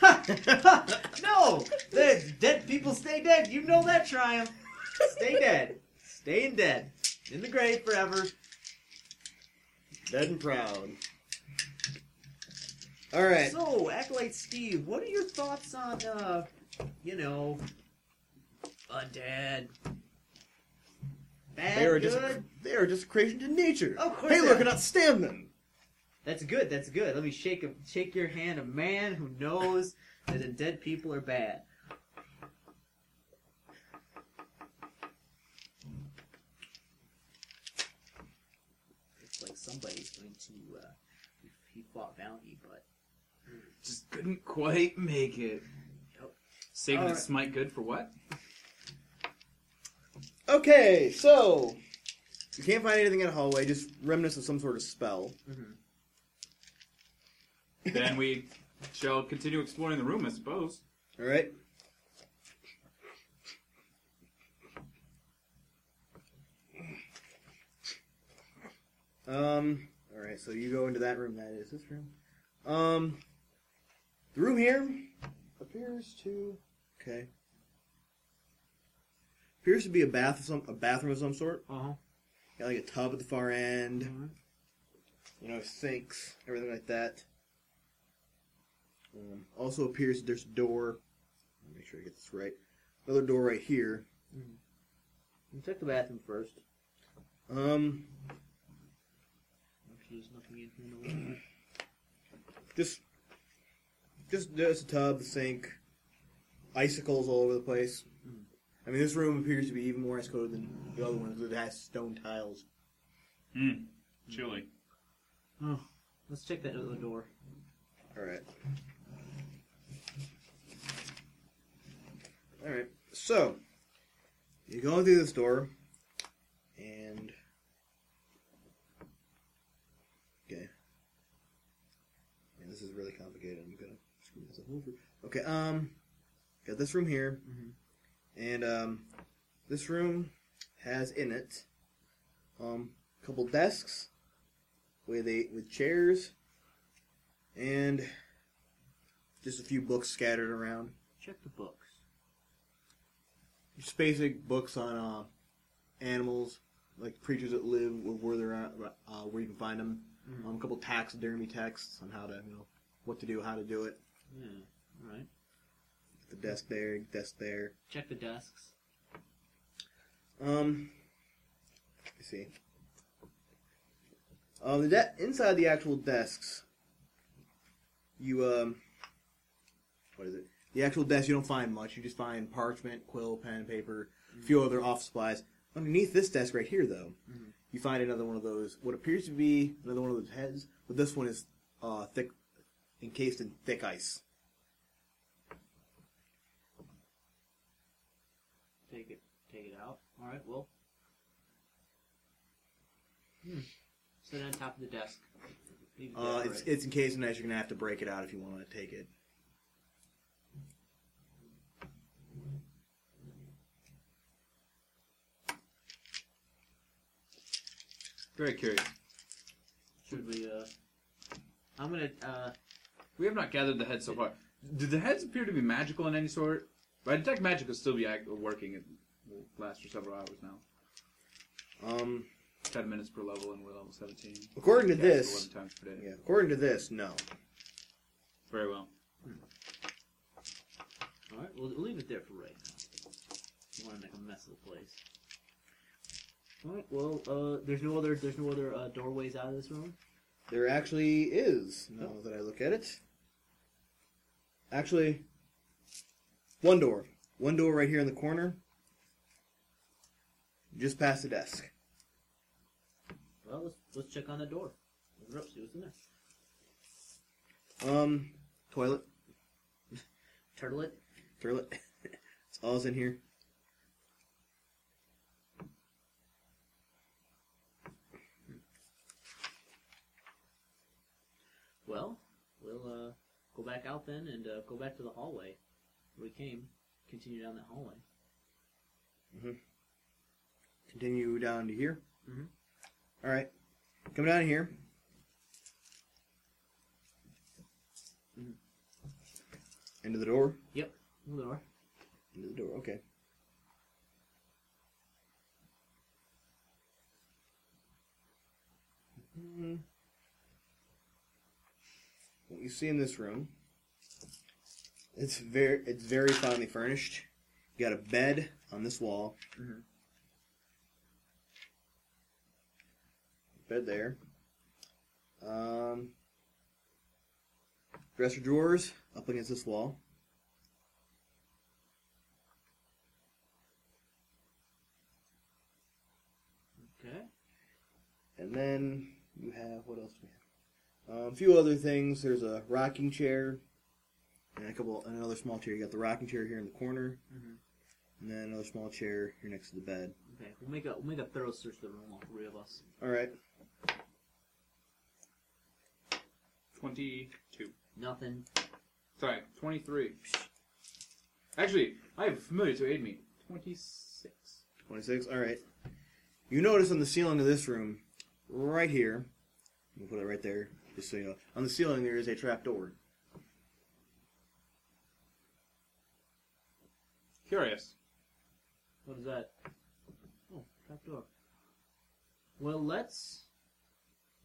no! The dead people stay dead. You know that, Triumph. Stay dead. Staying dead. In the grave forever. Dead and proud. All right. So, Acolyte Steve, what are your thoughts on, uh, you know, undead? Bad, they are good? just a, they are just a creation to nature. Of course Hey, they look, are. I cannot stand them. That's good, that's good. Let me shake a, shake your hand, a man who knows that undead people are bad. It's like somebody's going to, uh, he fought Bounty, but Just couldn't quite make it. Uh, Yep. Saving All its right. smite good for what? Okay, so you can't find anything in the hallway. Just remnants of some sort of spell. then we shall continue exploring the room, I suppose. All right. Um. All right. So you go into that room. That is this room. Um. The room here appears to okay. Appears to be a bath of some a bathroom of some sort. Uh-huh. Got like a tub at the far end. Mm-hmm. You know, sinks, everything like that. Um, also appears there's a door. Let me make sure I get this right. Another door right here. Check the bathroom first. Um, Actually, there's nothing in here in the room. just, just there's a tub, a sink, icicles all over the place. I mean, this room appears to be even more ice coated than the other ones that has stone tiles. Hmm. Chilly. Oh, let's check that other door. All right. All right. So you go through this door, and okay. And this is really complicated. I'm gonna screw this up over. Okay. Um, got this room here, Mhm. and um, this room has in it um a couple desks with a with chairs and just a few books scattered around. Check the books. You just basic books on uh, animals, like creatures that live where, where they're at, uh, where you can find them. Um, a couple taxidermy texts on how to, you know, what to do, how to do it. Yeah. All right. The desk there, desk there. Check the desks. Um, let me see. Um, the de- inside the actual desks, you um, what is it? The actual desk you don't find much. You just find parchment, quill, pen, paper, a few other office supplies. Underneath this desk right here, though, Mhm. you find another one of those. What appears to be another one of those heads, but this one is uh, thick, encased in thick ice. Take it. Take it out. All right. Well. Hmm. Sit on top of the desk. Leave it Uh, there it's for it's encased in ice. You're gonna have to break it out if you want to take it. Very curious. Should we? Uh, I'm gonna. Uh, We have not gathered the heads so far. Did the heads appear to be magical in any sort? I detect magic will still be act- working. It will last for several hours now. Um, Ten minutes per level, and we're level seventeen. According to Cast this- eleven times per day. yeah. According to this, no. Very well. all right. We'll leave it there for right now. Don't want to make a mess of the place. All right. Well, uh, there's no other. There's no other uh, doorways out of this room. There actually is, now that I look at it. Actually, one door. One door right here in the corner. Just past the desk. Well, let's let's check on the door. Open it up. See what's in there. Um, toilet, Turtle it. toilet. That's all that's in here. Well, we'll uh, go back out then and uh, go back to the hallway where we came. Continue down that hallway. Continue down to here. Mhm. All right, come down here. Mhm. Into the door. Yep. Open the door. Into the door. Okay. Mm. What you see in this room? It's very it's very finely furnished. You got a bed on this wall. Mhm. Bed there. Um, dresser drawers up against this wall. Okay. And then you have what else do we have? Um, a few other things. There's a rocking chair and a couple and another small chair. You got the rocking chair here in the corner, Mhm. and then another small chair here next to the bed. Okay. We'll make a we'll make a thorough search of the room. All three of us. All right. Twenty-two. Nothing. Sorry, twenty-three. Actually, I have a familiar to aid me. Twenty-six. 26. All right. You notice on the ceiling of this room, right here, we'll put it right there, just so you know. On the ceiling, there is a trap door. Curious. What is that? Oh, trapdoor. Well, let's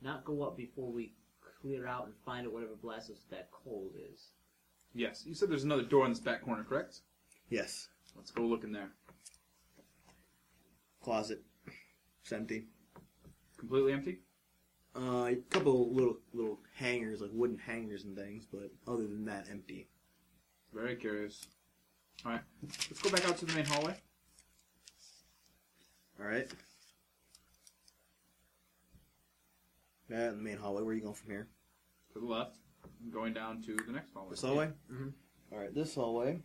not go up before we clear out and find out whatever blasts us that cold is. Yes, you said there's another door in this back corner, correct? Yes. Let's go look in there. Closet. It's empty. Completely empty. Uh, a couple little little hangers, like wooden hangers and things, but other than that, empty. Very curious. All right, let's go back out to the main hallway. All right. Yeah, in the main hallway. Where are you going from here? To the left, going down to the next hallway. This hallway. Mhm. Mm-hmm. All right, this hallway.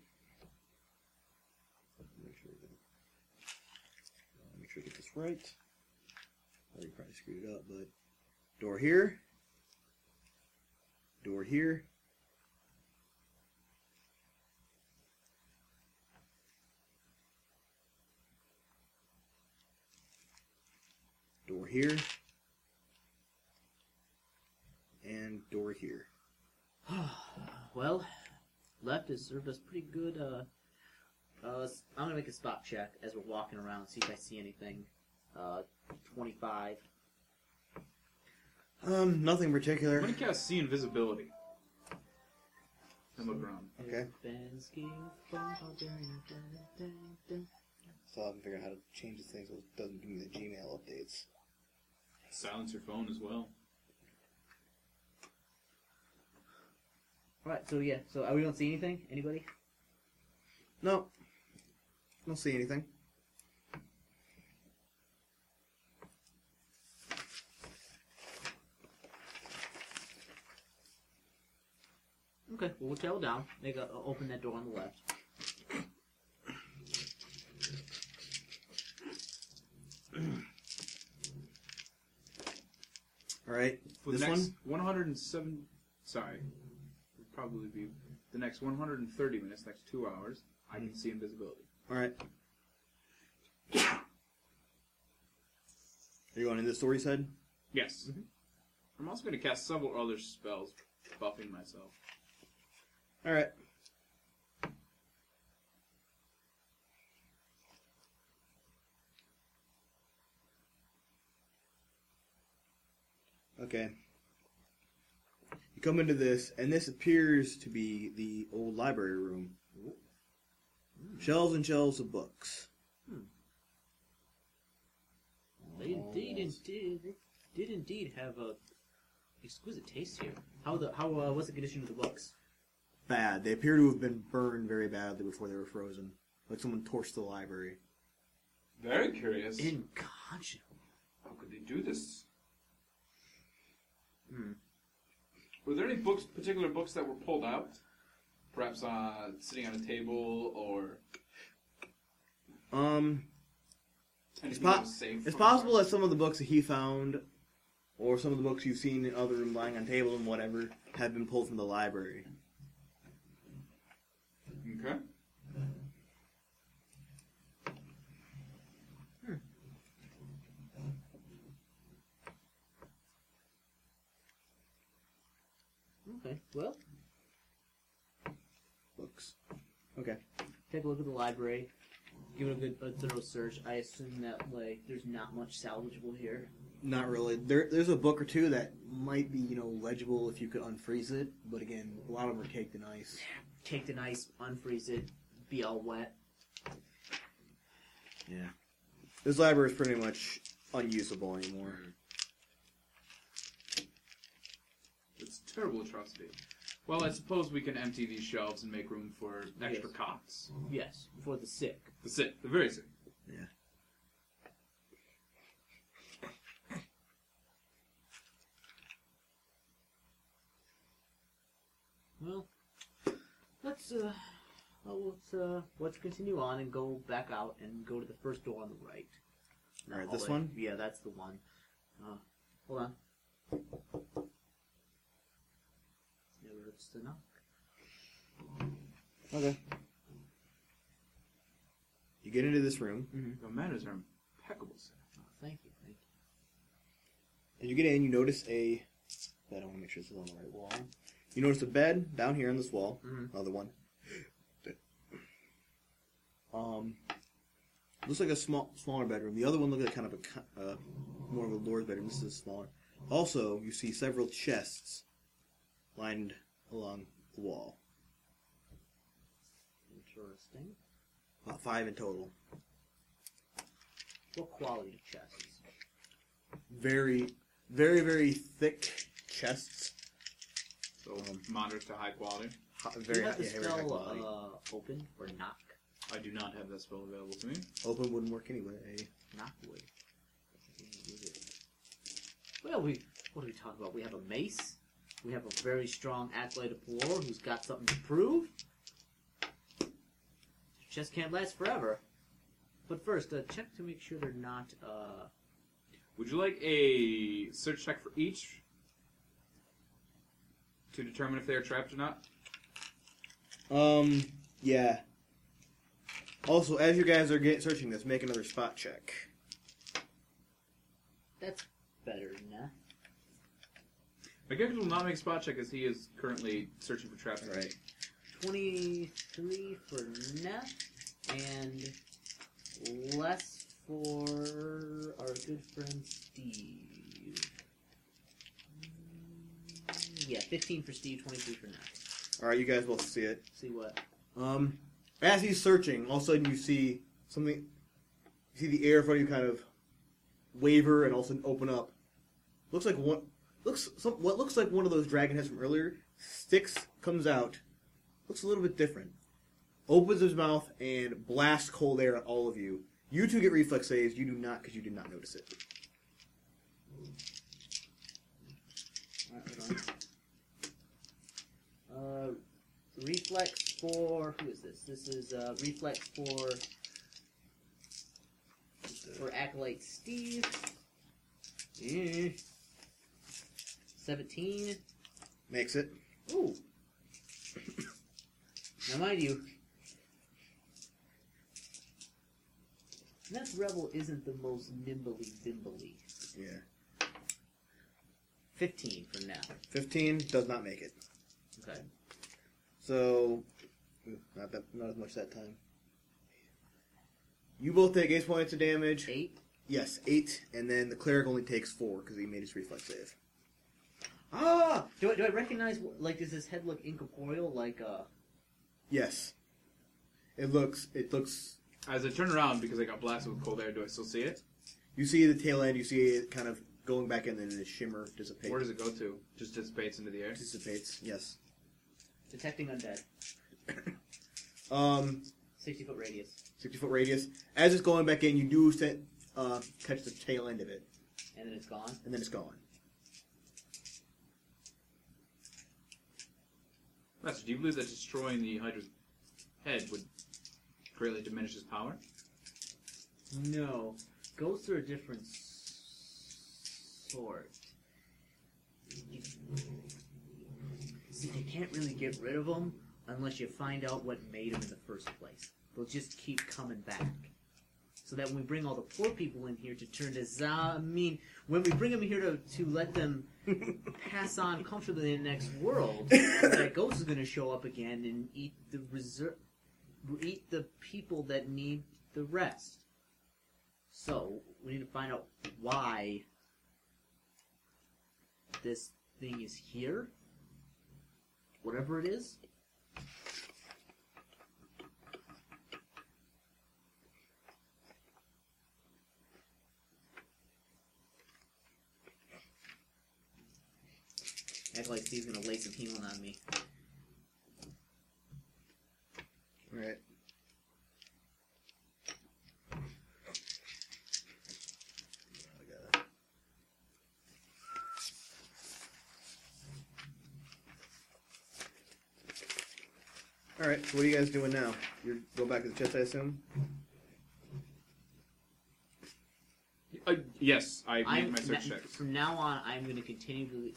Make sure, uh, make sure I get this right. I already probably screwed it up, but door here, door here. Door here and door here. well, left has served us pretty good. Uh, uh, s- I'm gonna to make a spot check as we're walking around, see if I see anything. Uh, 25. Um, nothing I'm particular. gonna cast see invisibility. And look around. Okay. Bensky, Barbarian, dun, dun, dun. So I haven't figured out how to change this thing so it doesn't give me the Gmail updates. Silence your phone as well. Alright, so yeah, so uh, we don't see anything? Anybody? No. Don't see anything. Okay, well, we'll travel down. Make a, uh, open that door on the left. All right. For This the next 107. Sorry. It'd probably be the next 130 minutes, next two hours, I Mm-hmm. can see invisibility. All right. Are you going into the story side? Yes. Mm-hmm. I'm also gonna cast several other spells, buffing myself. All right. Okay. You come into this, and this appears to be the old library room. Shelves and shelves of books. They indeed, indeed, they did indeed have a exquisite taste here. How the how uh, was the condition of the books? Bad. They appear to have been burned very badly before they were frozen. Like someone torched the library. Very curious. Inconscionable. How could they do this? Hmm. Were there any books, particular books that were pulled out? Perhaps uh, sitting on a table or Um, anything po- that was saved. It's from- possible that some of the books that he found, or some of the books you've seen in other room lying on table and whatever, have been pulled from the library. Okay. Okay, well, Books. Okay. take a look at the library, give it a good a thorough search. I assume that like there's not much salvageable here. Not really. There, there's a book or two that might be, you know, legible if you could unfreeze it, but again, a lot of them are caked in ice. Caked in ice, unfreeze it, be all wet. Yeah. This library is pretty much unusable anymore. It's a terrible atrocity. Well, I suppose we can empty these shelves and make room for extra Yes. cots. Yes, for the sick. The sick, the very sick. Well, let's uh, well, let's uh, let's continue on and go back out and go to the first door on the right. All right, Not this hallway. one? Yeah, that's the one. Uh, hold on. Never hurts to knock. Okay. You get into this room, The manners are impeccable, sir. Oh, thank you, thank and you get in, you notice a. I don't want to make sure this is on the right wall. You notice a bed down here on this wall. you. Mm-hmm. Another one. Um, looks like a small, smaller bedroom. The other one looked like kind of a co- uh, more of a lord's bedroom. This is smaller. Also, you see several chests lined along the wall, Interesting. about five in total. What quality of chests? Very, very, very thick chests. So um, moderate to high quality. Hi- Do Very, you have high- the yeah, very high spell quality. uh, open or knock? I do not have that spell available to me. uh, Open wouldn't work anyway. Knock wood. Well, we what are we talking about? We have a mace. We have a very strong acolyte of Pelor who's got something to prove. Chest can't last forever. But first, uh, check to make sure they're not. Uh, Would you like a search check for each to determine if they are trapped or not? Um, yeah. Also, as you guys are get, searching this, make another spot check. that's better than that. McGregor will not make spot check as he is currently searching for traps. Right. Twenty-three for Neth and less for our good friend Steve. Mm, Yeah, 15 for Steve, 23 for Nat. All right, you guys both see it. See what? Um, as he's searching, all of a sudden you see something. You see the air in front of you kind of waver and all of a sudden open up. Looks like one. Looks some, what looks like one of those dragon heads from earlier. Sticks comes out. Looks a little bit different. Opens his mouth and blasts cold air at all of you. You two get reflex saves. You do not because you did not notice it. All right, hold on. Uh, reflex for who is this? This is uh, reflex for for acolyte Steve. Mm. Seventeen. Makes it. Ooh. now, mind you, Meth Rebel isn't the most nimbly bimbly. Yeah. 15 for now. Fifteen does not make it. Okay. So, ooh, not that, not as much that time. You both take eight points of damage. 8. Yes, eight, and then the cleric only takes four because he made his reflex save. Ah, Do I, do I recognize, wh- like, does his head look incorporeal? Like, uh. yes. It looks. It looks. As I turn around because I got blasted with cold air, do I still see it? You see the tail end. You see it kind of going back in, and then the shimmer dissipates. Where does it go to? Just dissipates into the air. dissipates? Yes. Detecting undead. Um, 60 foot radius. sixty foot radius. As it's going back in, you do set, uh, catch the tail end of it, And then it's gone. and then it's gone. Master, do you believe that destroying the Hydra's head would greatly diminish his power? No. Ghosts are a different s- sort. You- See, you can't really get rid of them unless you find out what made them in the first place. They'll just keep coming back. So that when we bring all the poor people in here to turn to za I mean, when we bring them here to, to let them pass on comfortably in the next world, that ghost is going to show up again and eat the reserve, eat the people that need the rest. So we need to find out why this thing is here. Whatever it is. Act like Steve's gonna lay some healing on me. All right. All right. So what are you guys doing now? You go back to the chest, I assume. Uh, yes, I made I'm, my search na- check. From now on, I'm going to continue to.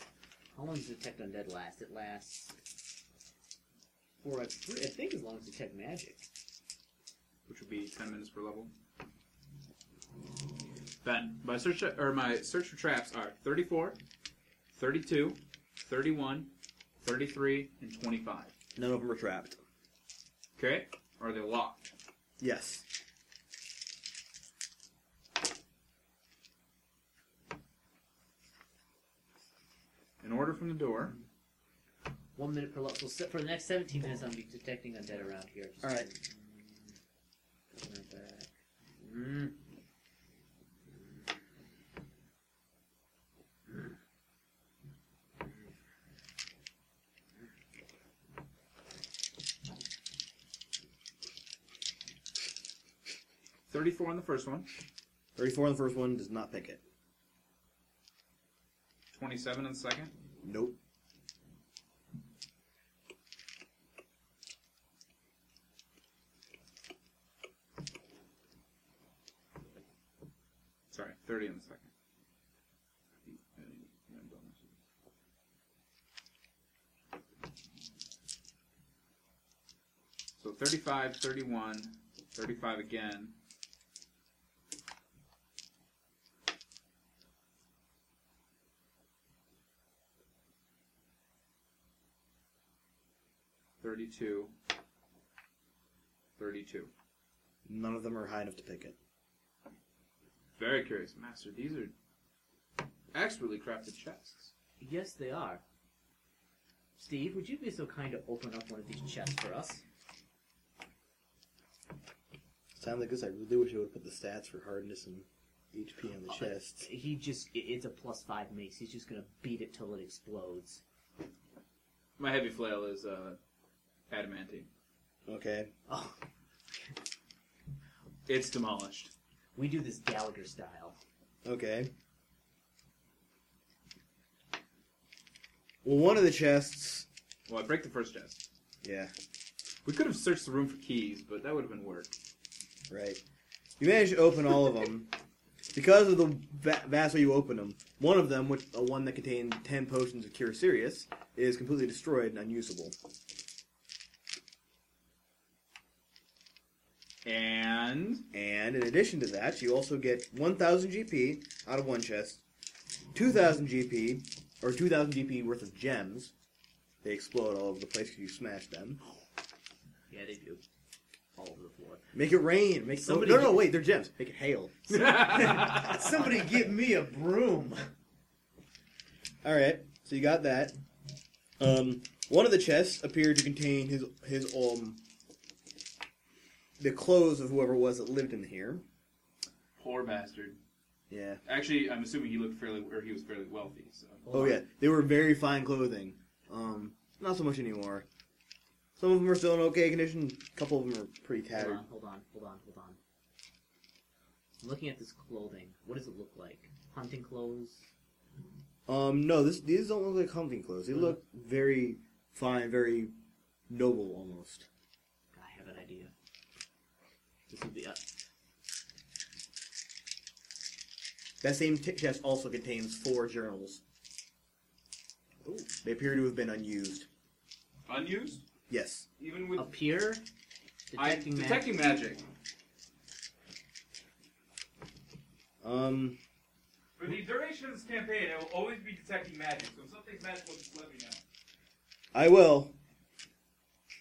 How long does Detect Undead last? It lasts. For I, I think as long as Detect Magic. which would be 10 minutes per level. Then my search or my search for traps are 34, 32, 31, 33, and 25. None of them are trapped. Okay? Are they locked? Yes. An order from the door. One minute per level. So se- for the next 17 minutes, I'm going to be detecting undead around here. Just All right. Coming right back. Mm. Thirty-four on the first one, Thirty-four on the first one does not pick it. twenty-seven on the second, Nope. sorry, thirty on the second. So 35, 31, 35 again, Thirty-two. Thirty-two. None of them are high enough to pick it. Very curious, Master. These are expertly crafted chests. Yes, they are. Steve, would you be so kind to open up one of these chests for us? Sounds like this. I really wish I would put the stats for hardness and HP on the chest. He just, i- it's a plus five mace. He's just gonna beat it till it explodes. My heavy flail is uh, adamantine. Okay. Oh, It's demolished. we do this Gallagher style. Okay. Well, one of the chests. Well, I break the first chest. Yeah, We could have searched the room for keys, but that would have been work. right. You managed to open all of them because of the va- vast way you open them. One of them, which a one that contained ten potions of cure serious, is completely destroyed and unusable. And And in addition to that, you also get 1,000 GP out of one chest, 2,000 GP, or 2,000 GP worth of gems. They explode all over the place because you smash them. Yeah, they do. All over the floor. Make it rain. Make Somebody- somebody. No, no, wait, they're gems. Make it hail. Somebody give me a broom! All right, so you got that. Um, one of the chests appeared to contain his his um the clothes of whoever it was that lived in here. poor bastard. Yeah. Actually, I'm assuming he looked fairly, or he was fairly wealthy. So Oh yeah, they were very fine clothing. Um, not so much anymore. Some of them are still in okay condition. A couple of them are pretty Hold tattered. on, hold on, hold on, hold on. I'm looking at this clothing. What does it look like? Hunting clothes? Um, no, this these don't look like hunting clothes. They Mhm. look very fine, very noble almost. I have an idea. This would be up. That same t- chest also contains four journals. They appear to have been unused. unused, Yes. even with Up here? I- Detecting magic. detecting magic. Um, For the duration of this campaign, I will always be detecting magic. So if something's magical, just let me know. I will.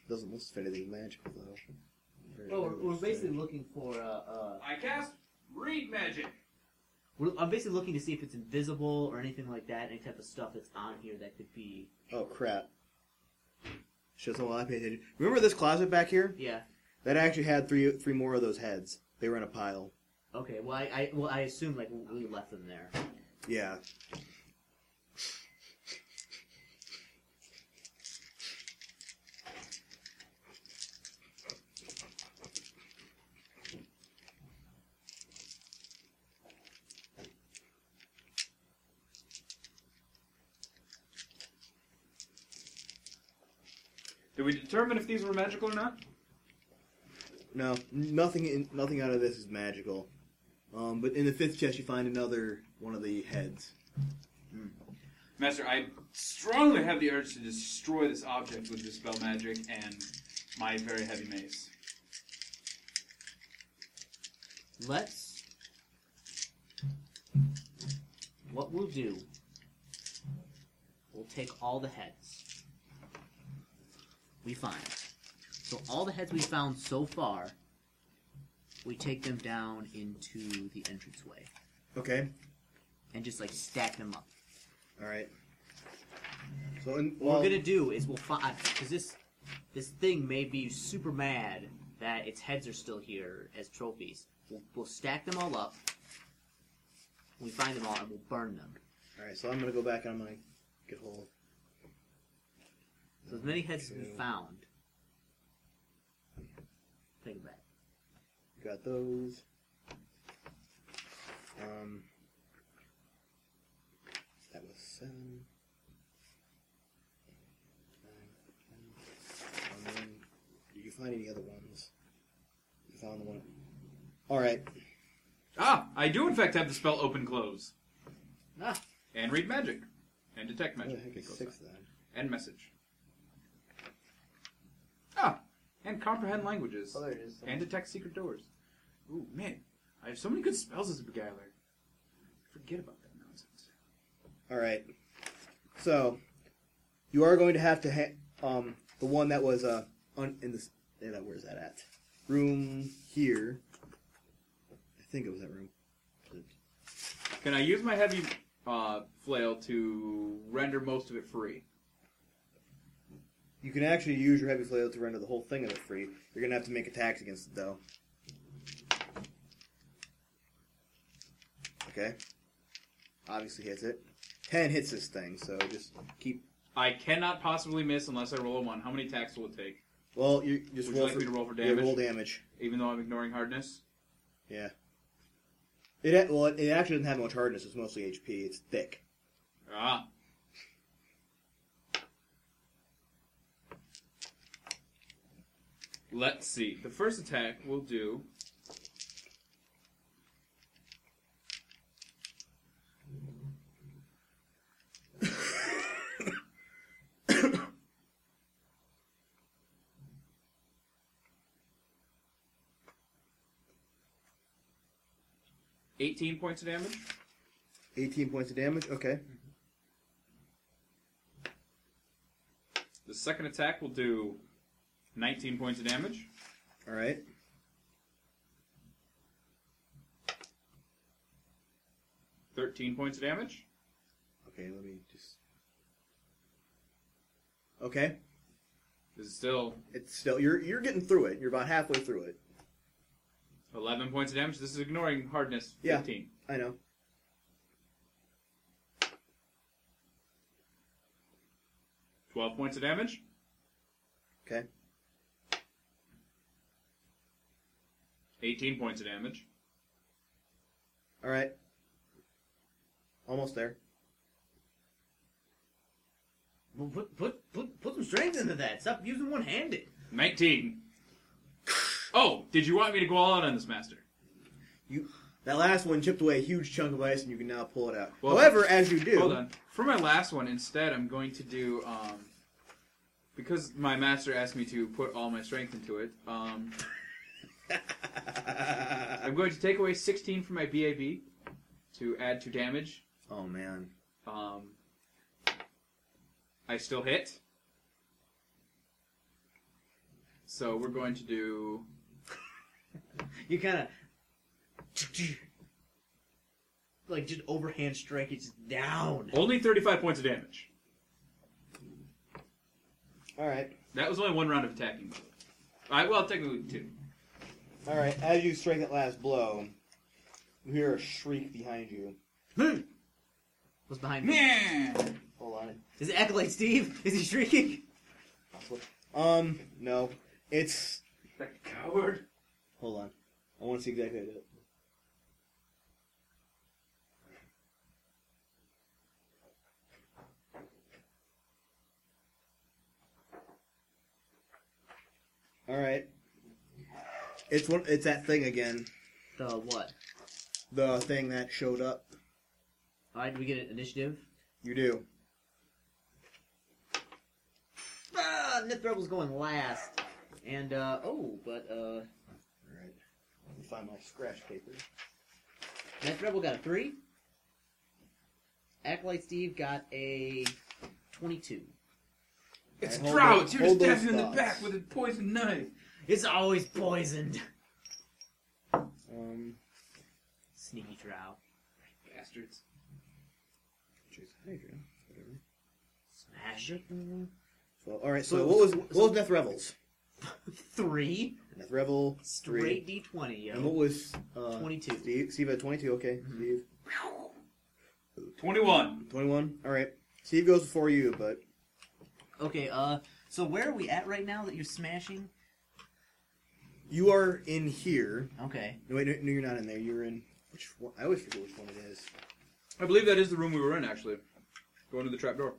Doesn't list if anything's magical though. Very Oh, Well, we're, we're low, so- basically looking for. Uh, uh, I cast read magic. we're, I'm basically looking to see if it's invisible or anything like that, any type of stuff that's on here that could be. Oh crap. Shows how well I pay attention. Remember this closet back here? Yeah. That actually had three three more of those heads. They were in a pile. Okay. Well, I, I well I assume like we left them there. Yeah. Did we determine if these were magical or not? No, nothing in, nothing out of this is magical. Um, but in the fifth chest, you find another one of the heads. Master, I strongly have the urge to destroy this object with dispel magic and my very heavy mace. Let's. What we'll do. We'll take all the heads. We find. So all the heads we found so far. We take them down into the entranceway Okay. and just like stack them up. All right. So in, What well, we're gonna do is we'll find because this this thing may be super mad that its heads are still here as trophies. We'll, we'll stack them all up. We find them all and we'll burn them. all right. So I'm gonna go back and I'm gonna get hold. So as many heads as we Okay. found. Take it back. Got those. Um, that was seven. Nine, ten. And then, did you find any other ones? You found the one. All right. Ah, I do in fact have the spell open close. Ah. And read magic. And detect What the magic. heck is Goes six on. then? And message. Ah, and comprehend languages. Oh, there it is. And detect secret doors. Ooh, man. I have so many good spells as a beguiler. Forget about that nonsense. All right. So, you are going to have to ha- um the one that was uh un- in the s- yeah, that where's that at? room here. I think it was that room. Can I use my heavy uh, flail to render most of it free? You can actually use your heavy flail to render the whole thing of it free. You're gonna have to make attacks against it though. Okay. Obviously hits it. Ten hits this thing, so just keep. I cannot possibly miss unless I roll a one. How many attacks will it take? Well, you just Would you roll like for me to roll for yeah, damage? roll damage. Even though I'm ignoring hardness. Yeah. It a- well, it, it actually doesn't have much hardness. It's mostly HP. It's thick. Ah. Let's see. The first attack will do. Eighteen points of damage. 18 points of damage. Okay. The second attack will do 19 points of damage. All right. Thirteen points of damage. Okay. Let me just. Okay. This is still It's still you're you're getting through it. You're about halfway through it. 11 points of damage. This is ignoring hardness Yeah. 15. I know. Twelve points of damage. Okay. Eighteen points of damage. All right. Almost there. Well, put, put, put, put some strength into that. Stop using one handed. Nineteen. Oh, did you want me to go all out on this master? That last one chipped away a huge chunk of ice, and you can now pull it out. Well- However, as you do, Hold on. For my last one, instead, I'm going to do um, because my master asked me to put all my strength into it. Um, I'm going to take away sixteen from my BAB to add two damage. oh man, Um, I still hit. So we're going to do You kind of like just overhand strike it just down. only 35 points of damage. all right, That was only one round of attacking. All right, well, technically two. all right. As you strike that last blow, you hear a shriek behind you. Hmm. What's behind me? Hold on, Is it Acolyte Steve? Is he shrieking? um, no, it's That coward. hold on. I want to see exactly how it. All right, it's one. It's that thing again. The what? the thing that showed up. All right, do we get an initiative? You do. Ah, Nith Rebel's going last. And uh oh, but uh Alright. Let me find my scratch paper. Nith Rebel got a three. Acolyte Steve got a twenty-two. It's It's Hold Drought. Drought. You You hold just just stabbed those stabbed him him in the in the thoughts. back back with with a poisoned knife. It's always poisoned. Um, Sneaky Drow. Bastards. Jason Hydra. Whatever. Smash it. So, alright, so, what was what was Death Revels? Three. Death Revel. Straight D twenty, yo. And what was uh, 22. Steve, Steve had 22, okay. Steve. 21. 21. Alright. Steve goes before you, but Okay, uh, so where are we at right now that you're smashing? you are in here. Okay. No, wait, no, no, you're not in there. You're in. Which one? I always forget which one it is. I believe that is the room we were in, actually. Going to the trapdoor.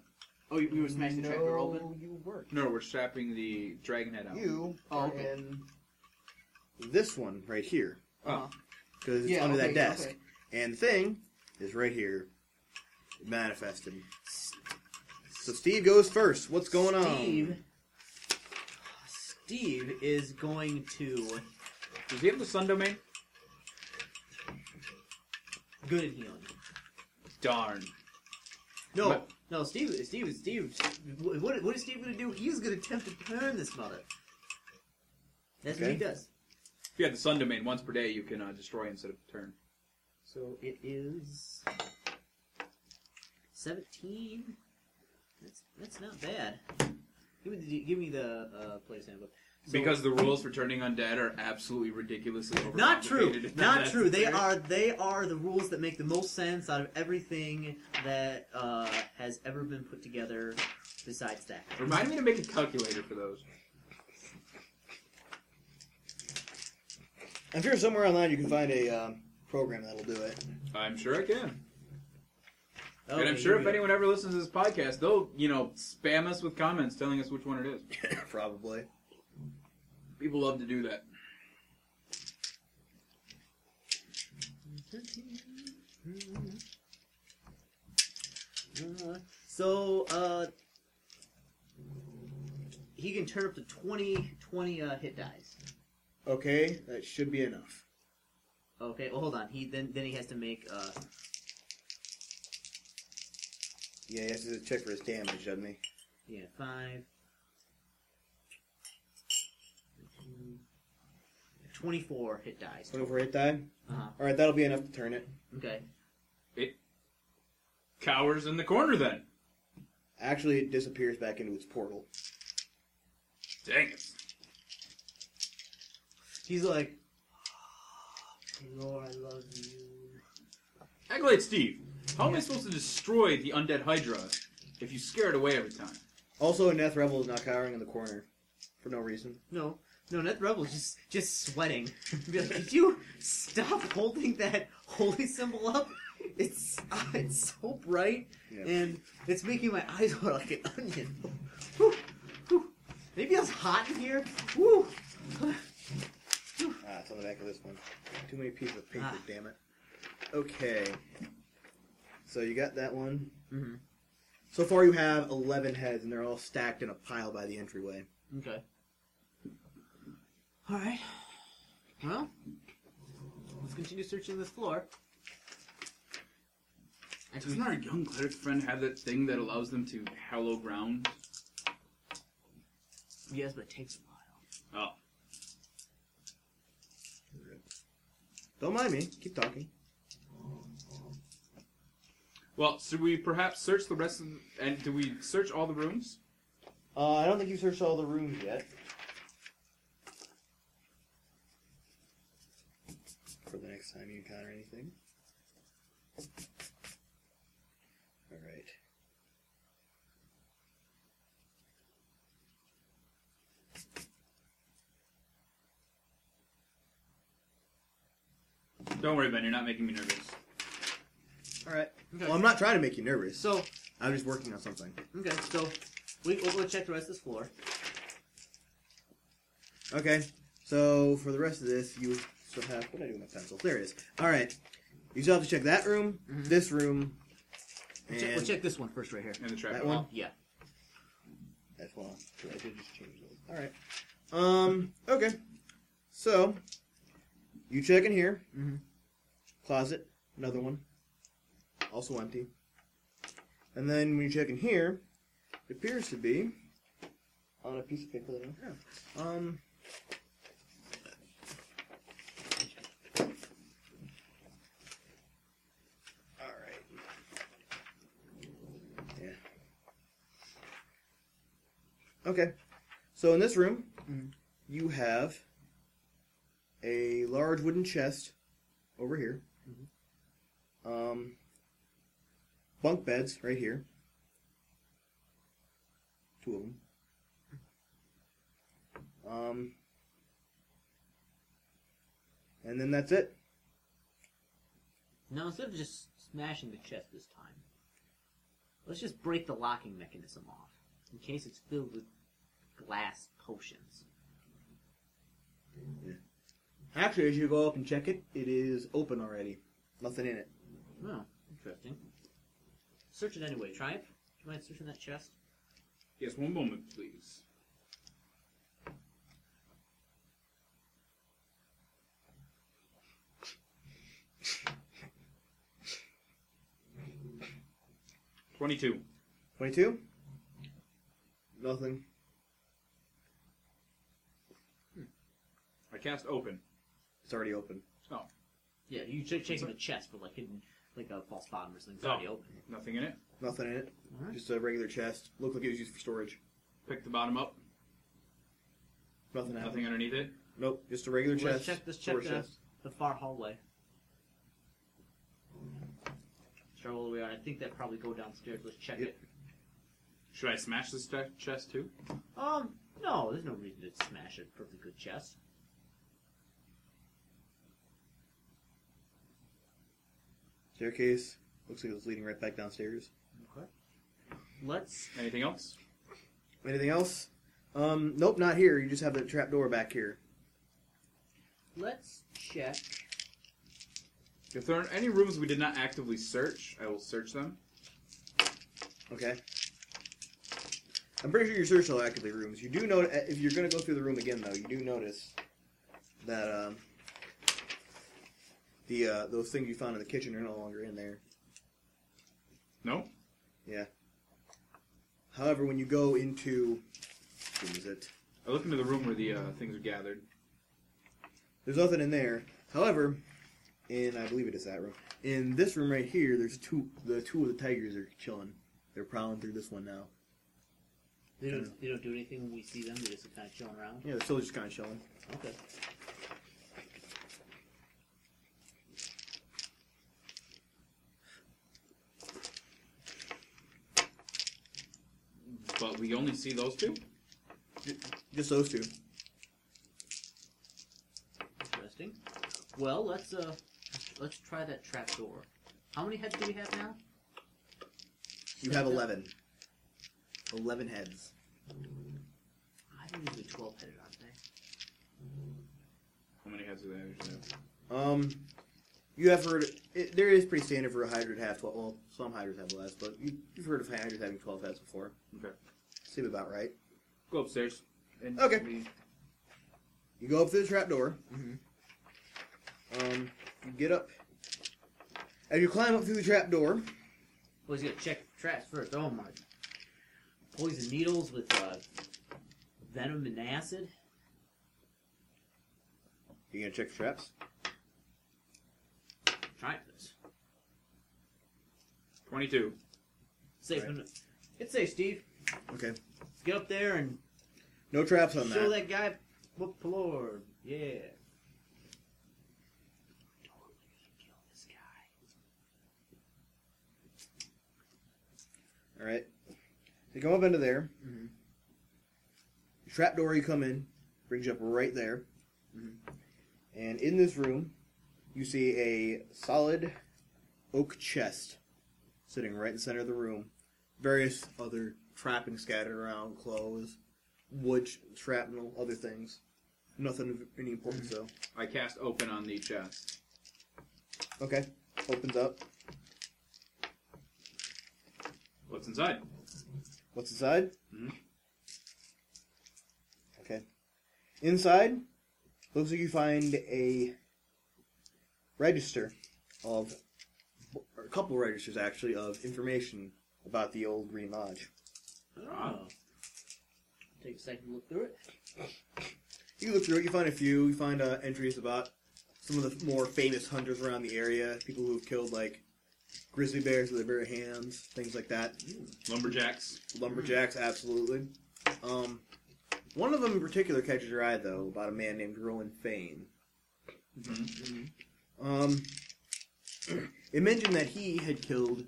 Oh, you, we were smashing no, the trapdoor open? You weren't. No, we're strapping the dragon head out. You Oh, are okay. in this one right here. Oh. Because it's Uh-huh. Yeah, under okay, that desk. okay. And the thing is right here. It manifested. So Steve goes first. What's going Steve. on? Steve is going to. Does he have the sun domain? Good at healing. Darn. No, But- no, Steve, Steve, Steve. wh- What, what is Steve going to do? He's going to attempt to burn this mother. That's what Okay. he does. you have the sun domain once per day, you can uh, destroy instead of turn. So it is seventeen. That's that's not bad. Give me the give me the uh, player's handbook. So- because the rules for turning undead are absolutely ridiculously overcomplicated. not true, if not that's true. the They theory. are they are the rules that make the most sense out of everything that uh, has ever been put together. Besides that, Remind me to make a calculator for those. I'm sure somewhere online you can find a um, program that'll do it. I'm sure I can, Okay, and I'm here sure we if go. anyone ever listens to this podcast, they'll you know spam us with comments telling us which one it is. Probably. People love to do that. Uh, so uh he can turn up to 20 20 uh, hit dies Okay, that should be enough. okay well hold on he then then he has to make uh Yeah, he has to check for his damage, doesn't he? yeah five 24 hit dies 24 hit die? uh-huh. Alright, that'll be enough to turn it. okay Cowers in the corner, then. Actually, it disappears back into its portal. Dang it! he's like lord i love you Acolyte Steve, how am I supposed to destroy the undead Hydra if you scare it away every time? Also, a Neth Rebel is now cowering in the corner for no reason. No, no, Net Rebel's just just sweating. Be like, Could you stop holding that holy symbol up? It's uh, it's so bright Yeah. and it's making my eyes look like an onion. Whew, whew. Maybe it's hot in here. Whew. Ah, it's on the back of this one. Too many pieces of paper, Ah. damn it. Okay. So you got that one. Mhm. So far, you have 11 heads, and they're all stacked in a pile by the entryway. Okay. All right. Well, let's continue searching this floor. Actually, Doesn't our young cleric friend have that thing that allows them to hallow ground? yes, but it takes a while. Oh, Don't mind me. Keep talking. well, should we perhaps search the rest of? And do we search all the rooms? Uh, I don't think you've searched all the rooms yet. For the next time you encounter anything. Alright. Don't worry, Ben. You're not making me nervous. Alright. Okay. Well, I'm not trying to make you nervous. so I'm just working on something. okay, so we, we'll go check the rest of this floor. Okay. So for the rest of this, you still have what did I do with my pencil? There it is. All right. You still have to check that room, Mhm. this room, We'll and check, we'll check this one first, right here. And the trap. That door. one? Well, yeah. That's well. I did just change those. All right. Um. Okay. So you check in here. Mhm. Closet. Another one. Also empty. And then when you check in here, it appears to be on a piece of paper that I don't have. Um. All right. Okay. So in this room, Mhm. you have a large wooden chest over here. Um, bunk beds right here. Two of them. Um, and then that's it. Now instead of just smashing the chest this time, let's just break the locking mechanism off in case it's filled with glass potions. Actually, as you go up and check it, it is open already. Nothing in it. Oh, interesting. Search it anyway, Triumph. Do you mind searching that chest? Yes, one moment, please. Twenty-two. 22? Nothing. I cast open. It's already open. Yeah, you check checking the chest for like hidden, like a false bottom or something. It's Oh. already open. Nothing in it. Nothing in it. Alright. Just a regular chest. Looked like it was used for storage. Pick the bottom up. Nothing happened. Nothing underneath it. Nope. Just a regular Let's chest. check this. Check storage the, the far hallway. Travel all the way out. I think that probably go downstairs. Let's check Yep. it. Should I smash this che- chest too? Um, no, there's no reason to smash a perfectly good chest. Staircase. Looks like it was leading right back downstairs. Okay. Let's. Anything else? Anything else? Um, nope, not here. You just have the trap door back here. Let's check. If there are any rooms we did not actively search, I will search them. Okay. I'm pretty sure you searched all actively rooms. You do know if you're going to go through the room again, though. You do notice that um, the uh, those things you found in the kitchen are no longer in there. No. However, when you go into what is it? I look into the room where the uh, things are gathered. There's nothing in there. However, in I believe it is that room. In this room right here, there's two. The two of the tigers are chilling. They're prowling through this one now. They don't. They don't do anything when we see them. They just kind of chilling around. Yeah, they're still just kind of chilling. Okay. But we only see those two? Just those two. Interesting. Well, let's uh, let's try that trap door. How many heads do we have now? You have eleven. Eleven heads. I'm usually twelve headed, aren't they? How many heads do they actually have? Um, you have heard it, there is pretty standard for a hydra to have twelve. Well, some hydras have less, but you, you've heard of hydras having twelve heads before. Okay. Seem about right. Go upstairs. And Okay. we- You go up through the trapdoor. Um, you get up. As you climb up through the trapdoor, Well, he's gonna check traps first. Oh my! Poison needles with uh, venom and acid. you gonna check the traps. Try this. 22. Safe. It's safe, Steve. Okay. Let's get up there and No traps on show that. that guy what floor. Yeah. Oh, All right. You come up into there. Mhm. The trapdoor you come in brings you up right there. And in this room, you see a solid oak chest sitting right in the center of the room. Various other trappings scattered around, clothes, wood, shrapnel, other things. Nothing of any importance I cast open on the chest. though. Okay. Opens up. What's inside? What's inside? Mhm. Okay. Inside, looks like you find a register of, or a couple registers actually, of information about the old Green Lodge. Oh. Take a second to look through it. You look through it, you find a few, you find uh, entries about some of the more famous hunters around the area, people who've killed, like, grizzly bears with their bare hands, things like that. Lumberjacks. Lumberjacks, absolutely. Um, one of them in particular catches your eye, though, about a man named Rowan Fane. Mm-hmm. Um, it mentioned that he had killed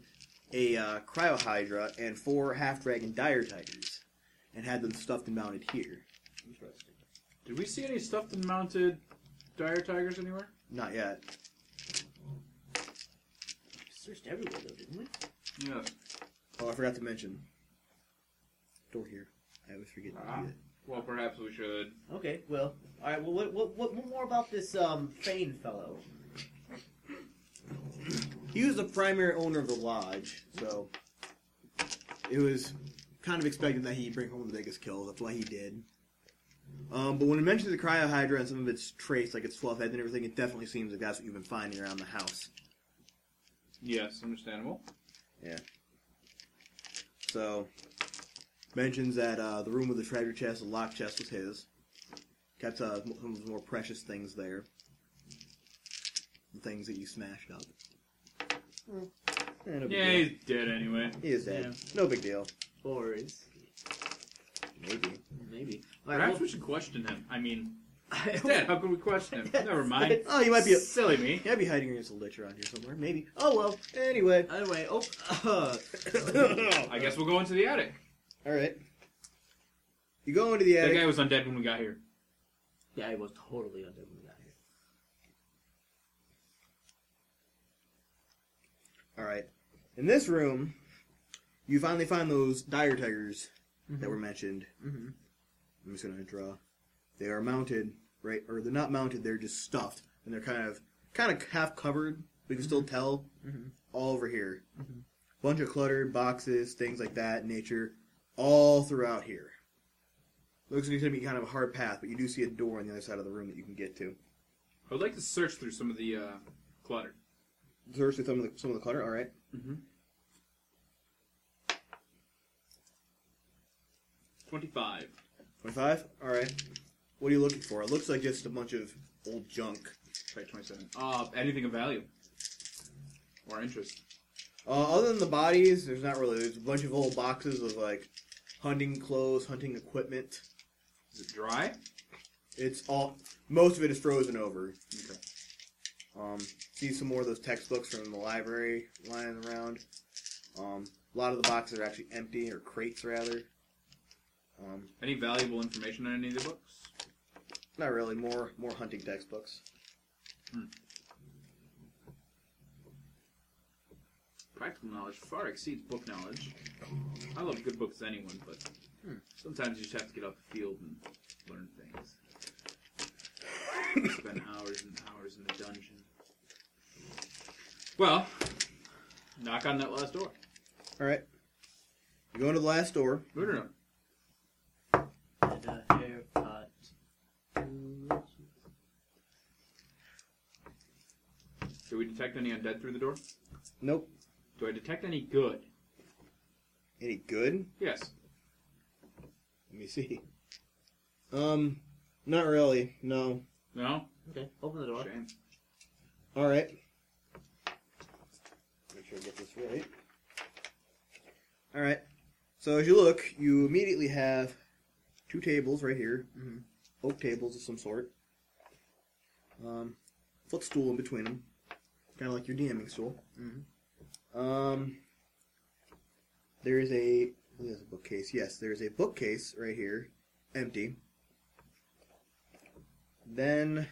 a uh, cryohydra and four half dragon dire tigers and had them stuffed and mounted here. Interesting. Did we see any stuffed and mounted dire tigers anywhere? Not yet. Searched everywhere though, didn't we? Yeah. Oh, I forgot to mention. Door here. I always forget to Ah. do it. Well, perhaps we should. Okay, well, all right. Well, what, what, what more about this um Fane fellow? He was the primary owner of the lodge, so it was kind of expected that he'd bring home the biggest kills. That's why he did. Um, but when it mentions the cryohydra and some of its traits, like its fluff head and everything, it definitely seems like that's what you've been finding around the house. Yes, understandable. So mentions that uh, the room with the treasure chest, the locked chest, was his. Kept uh, some of his more precious things there. things that you smashed up. Eh, no big Yeah, deal. he's dead anyway. he is dead. No big deal. Or is Maybe. maybe. All right, Perhaps well, we should question him. I mean, he's dead. How could we question him? Yes, Never mind. that's- Oh, you might be. Silly me. You might be hiding against a lich around here somewhere. Maybe. Oh well. Anyway. Anyway, oh, I guess we'll go into the attic. All right. You go into the That attic. guy was undead when we got here. yeah, I was totally under when we got here. All right. In this room, you finally find those dire tigers that were mentioned. Mm-hmm. I'm just gonna draw. They are mounted, right? Or they're not mounted. They're just stuffed, and they're kind of, kind of half covered. We can still tell. Mhm. All over here, Mhm. bunch of cluttered boxes, things like that, nature, all throughout here. Looks like it's gonna be kind of a hard path, but you do see a door on the other side of the room that you can get to. I would like to search through some of the uh, clutter. Search through some of the, some of the clutter. All right. Twenty-five. 25? Alright. What are you looking for? It looks like just a bunch of old junk. Right, twenty-seven. Uh, anything of value or interest? Uh, other than the bodies, there's not really. There's a bunch of old boxes of like hunting clothes, hunting equipment. Is it dry? It's all. Most of it is frozen over. Okay. Um, see some more of those textbooks from the library lying around. Um, a lot of the boxes are actually empty, or crates rather. Um, Any valuable information on any of the books? not really. More more hunting textbooks. Practical knowledge far exceeds book knowledge. I love good books, as anyone, but Hmm. sometimes you just have to get off the field and learn things. Spend hours and hours in the dungeon. Well, knock on that last door. Alright. You go into the last door. No, no, no. And a haircut. Do we detect any undead through the door? Nope. Do I detect any good? Any good? Yes. Let me see. Um, not really. No. No? Okay, open the door. Shame. All right. Make sure I get this right. All right. So as you look, you immediately have two tables right here, Mm-hmm. Mhm. oak tables of some sort. Um, footstool in between them, kind of like your DMing stool. Mhm. Um, there is a there's a bookcase. Yes, there is a bookcase right here, empty. Then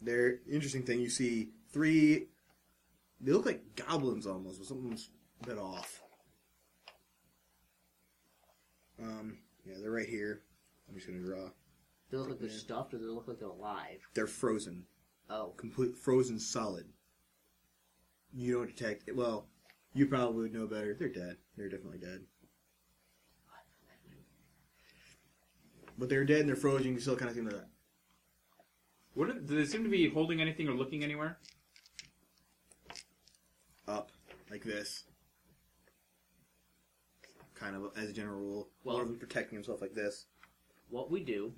there interesting thing you see three they look like goblins almost but something's a bit off um yeah they're right here i'm just gonna draw They look like they're Yeah. stuffed, or they look like they're alive. they're frozen Oh, complete frozen solid you don't detect well you probably would know better they're dead they're definitely dead but they're dead and they're frozen you can still kind of see them What are, do they seem to be holding anything or looking anywhere? up like this. Kind of as a general rule. Well- One of them protecting himself like this. what we do?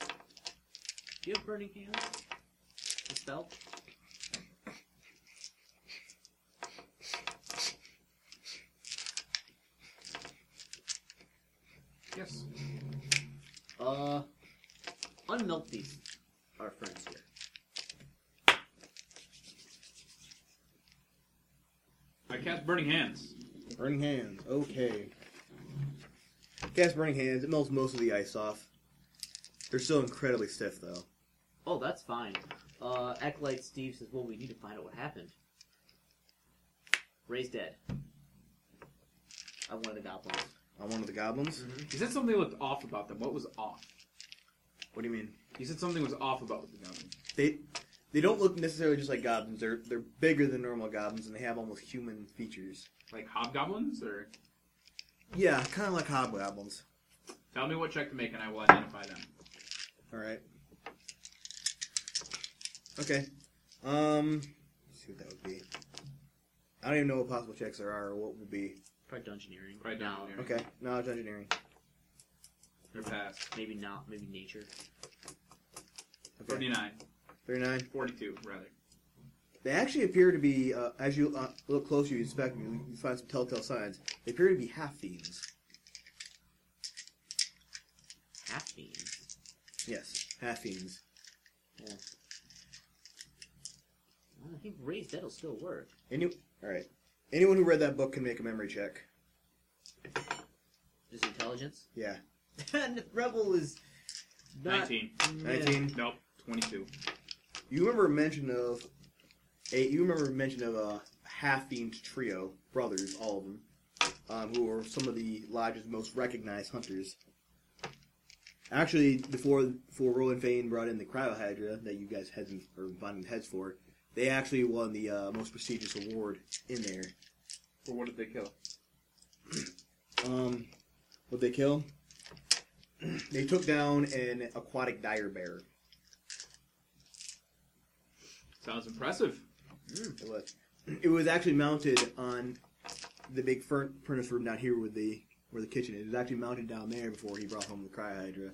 Do you have burning hands? A spell? Yes. Uh, unmelt these, our friends here. I cast Burning Hands. Burning hands. Okay. Cast burning hands. It melts most of the ice off. They're still incredibly stiff though. Oh, that's fine. Uh, Acolyte Steve says, well, we need to find out what happened. Ray's dead. I'm one of the goblins. On one of the goblins. You said something looked off about them. What was off? What do you mean? You said something was off about the goblin. They they don't look necessarily just like goblins. They're they're bigger than normal goblins and they have almost human features. Like hobgoblins, or Yeah, kind of like hobgoblins. tell me what check to make, and I will identify them. All right. Okay. Um. Let's see what that would be. I don't even know what possible checks there are or what would be. Probably dungeoneering. Probably No, dungeoneering. Okay. Knowledge engineering. They're past. Maybe not. Maybe nature. Okay. 39. 39. 42, rather. They actually appear to be, uh, as you uh, look closer, you inspect them, you, you find some telltale signs. They appear to be half thieves. Half fiends. Yes, half fiends. Well, Uh, I think raised that'll still work. Any, all right. Anyone who read that book can make a memory check. Just intelligence. Yeah, and rebel is not 19. Yeah. 19. Nope. 22. You remember a mention of a you remember a mention of a half themed trio brothers, all of them, um, who were some of the lodge's most recognized hunters. Actually, before before Roland Fane brought in the cryohydra that you guys had been- or bonding heads for, they actually won the uh, most prestigious award in there. For what did they kill? Um, what they kill? they took down an aquatic dire bear. Sounds impressive. It was. It was actually mounted on the big furn- furnace room down here with the where the kitchen is. It was actually mounted down there before he brought home the cryohydra.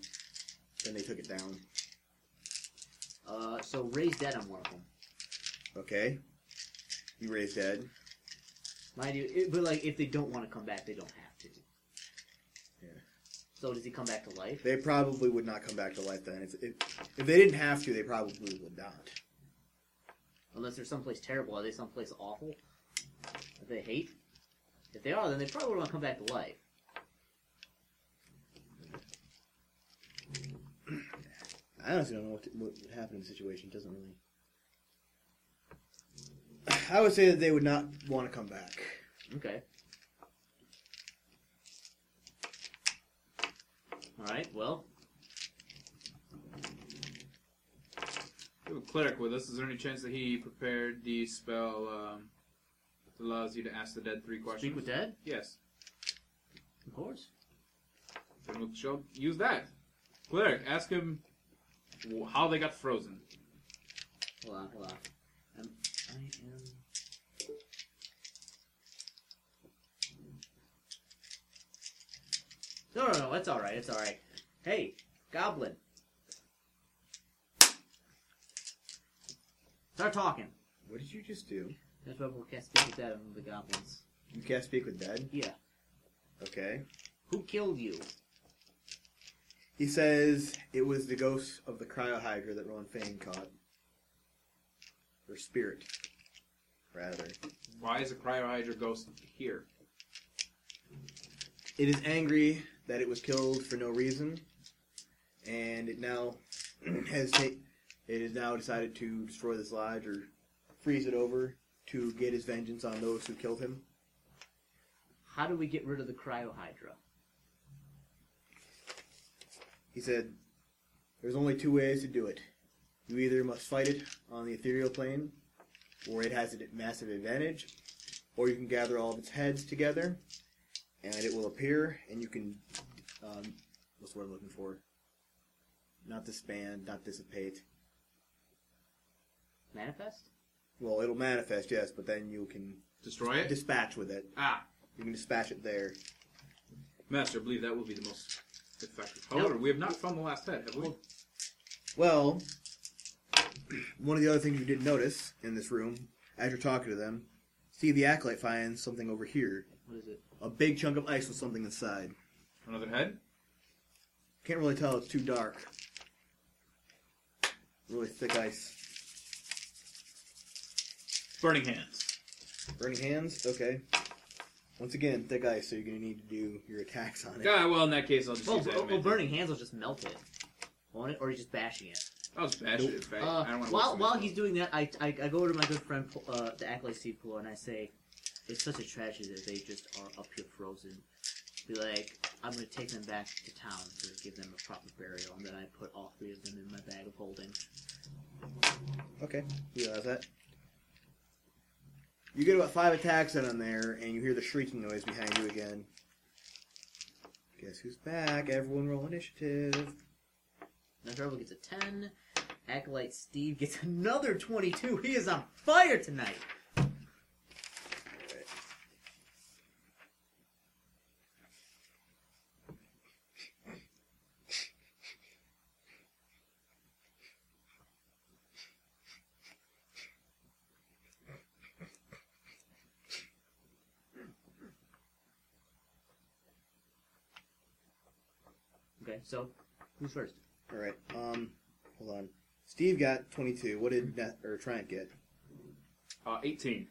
Then they took it down. Uh, so raise dead on one of them. Okay. You raised dead. Mind you, it, but like if they don't want to come back, they don't have to. Yeah. So does he come back to life? They probably would not come back to life then. If, if, if they didn't have to, they probably would not. Unless they're someplace terrible. Are they someplace awful that they hate? If they are, then they probably want to come back to life. I honestly don't know what, to, what would happen in the situation. It doesn't really. I would say that they would not want to come back. Okay. All right. Well, We have a cleric with us. Is there any chance that he prepared the spell um, that allows you to ask the dead three questions? speak with dead. Yes. Of course. Then we'll show, use that. Cleric, ask him wh- how they got frozen. Hold on. Hold on. I'm, I am. No, no, no. It's all right. It's all right. Hey, goblin. Start talking. What did you just do? That's why we can't speak with that on the goblins. You can't speak with dead? Yeah. Okay. Who killed you? He says it was the ghost of the cryohydra that Roland Fane caught. Or spirit, rather. Why is a cryohydra ghost here? It is angry that it was killed for no reason, and it now has ta- it has now decided to destroy this lodge or freeze it over to get his vengeance on those who killed him. How do we get rid of the cryohydra? He said, "There's only two ways to do it. You either must fight it on the ethereal plane, where it has a massive advantage, or you can gather all of its heads together, and it will appear, and you can, um, what's the word I'm looking for? Not disband, not dissipate. Manifest? Well, it'll manifest, yes, but then you can Destroy it? dispatch with it. ah, You can dispatch it there. Master, I believe that will be the most effective. However, we have not found the last head, have we? Well, one of the other things you did notice in this room, as you're talking to them, see the acolyte finds something over here. What is it? A big chunk of ice with something inside. Another head? Can't really tell, it's too dark. Really thick ice. Burning hands. Burning hands? Okay. Once again, thick ice, so you're gonna need to do your attacks on it. Ah, well, in that case, I'll just Well, use that. well, method. Oh, burning hands will just melt it, won't it? Or he's just bashing it. I was bad shit, in fact. Uh, I don't want to while while he's doing that, I, I, I go over to my good friend, uh, the acolyte Steve Polo, and I say, "It's such a tragedy that they just are up here frozen." Be like, I'm gonna take them back to town to give them a proper burial, and then I put all three of them in my bag of holding. Okay, you realize that. You get about five attacks in on there, and you hear the shrieking noise behind you again. Guess who's back? Everyone roll initiative. Now Trouble gets a ten. Acolyte Steve gets another twenty-two. He is on fire tonight. Okay, so who's first? All right. Um, hold on. Steve got 22. What did Net or Triumph get? Uh, 18.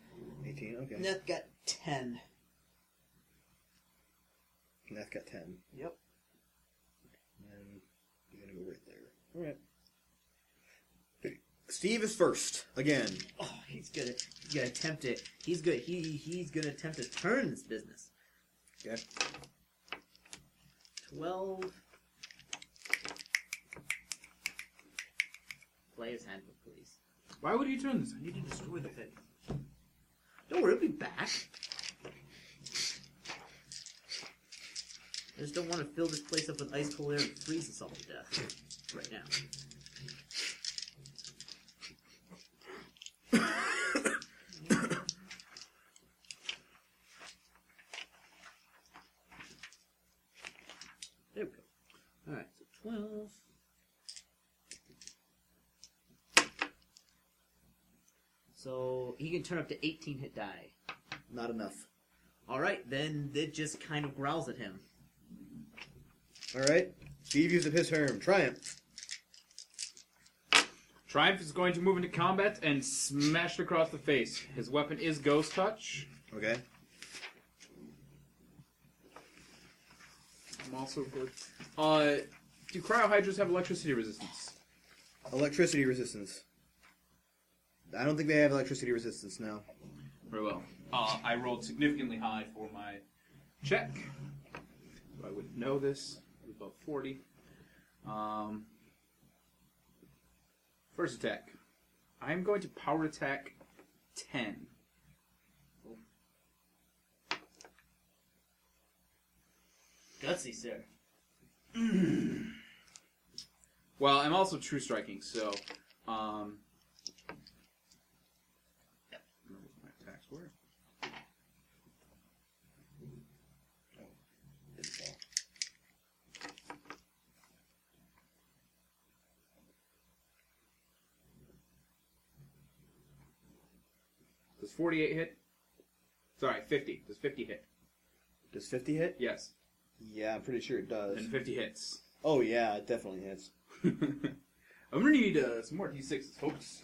18. Okay. Neth got 10. Neth got 10. Yep. And you're gonna go right there. All right. Steve is first again. Oh, he's gonna he's gonna attempt it. He's good. He he's gonna attempt to turn this business. Okay. Twelve. Player's handbook, please. Why would you turn this? I need to destroy the thing. Don't worry, it'll be back. I just don't want to fill this place up with ice cold air and freeze us all to death right now. There we go. Alright, so 12. So he can turn up to 18 hit die. Not enough. Alright, then it just kind of growls at him. All right. Steve used up his turn. Triumph. Triumph is going to move into combat and smashed across the face. His weapon is Ghost Touch. Okay. I'm also good. Uh, do cryohydras have electricity resistance? Electricity resistance. I don't think they have electricity resistance now. Very well. Uh, I rolled significantly high for my check. So I would know this. It was Above 40. Um, first attack. I'm going to power attack 10. Gutsy, sir. Well, I'm also true striking, so. Um, I don't know what my attacks were. Does 48 hit? Sorry, 50. Does 50 hit? Does 50 hit? Yes. Yeah, I'm pretty sure it does. And 50 hits. Oh yeah, it definitely hits. I'm gonna need uh, some more d6s, folks.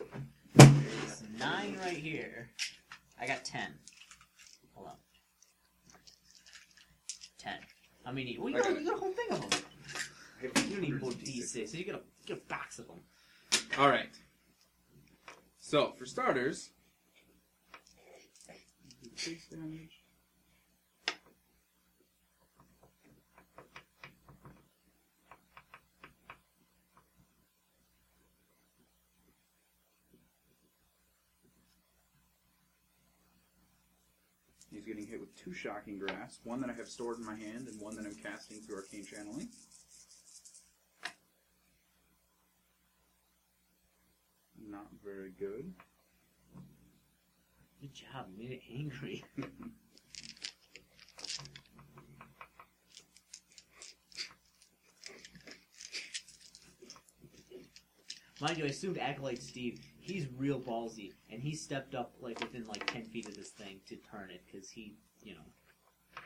It's nine right here. I got ten. Hold on. Ten. I mean, well, you, got, you got a whole thing of them. I have You don't need more 100 D6s. d6. You get a, you get a box of them. All right. So for starters, He's getting hit with two shocking grass, one that I have stored in my hand and one that I'm casting through arcane channeling. Not very good. Good job. You made it angry. Mind you, I assumed Acolyte Steve, he's real ballsy, and he stepped up like within like ten feet of this thing to turn it because he, you know,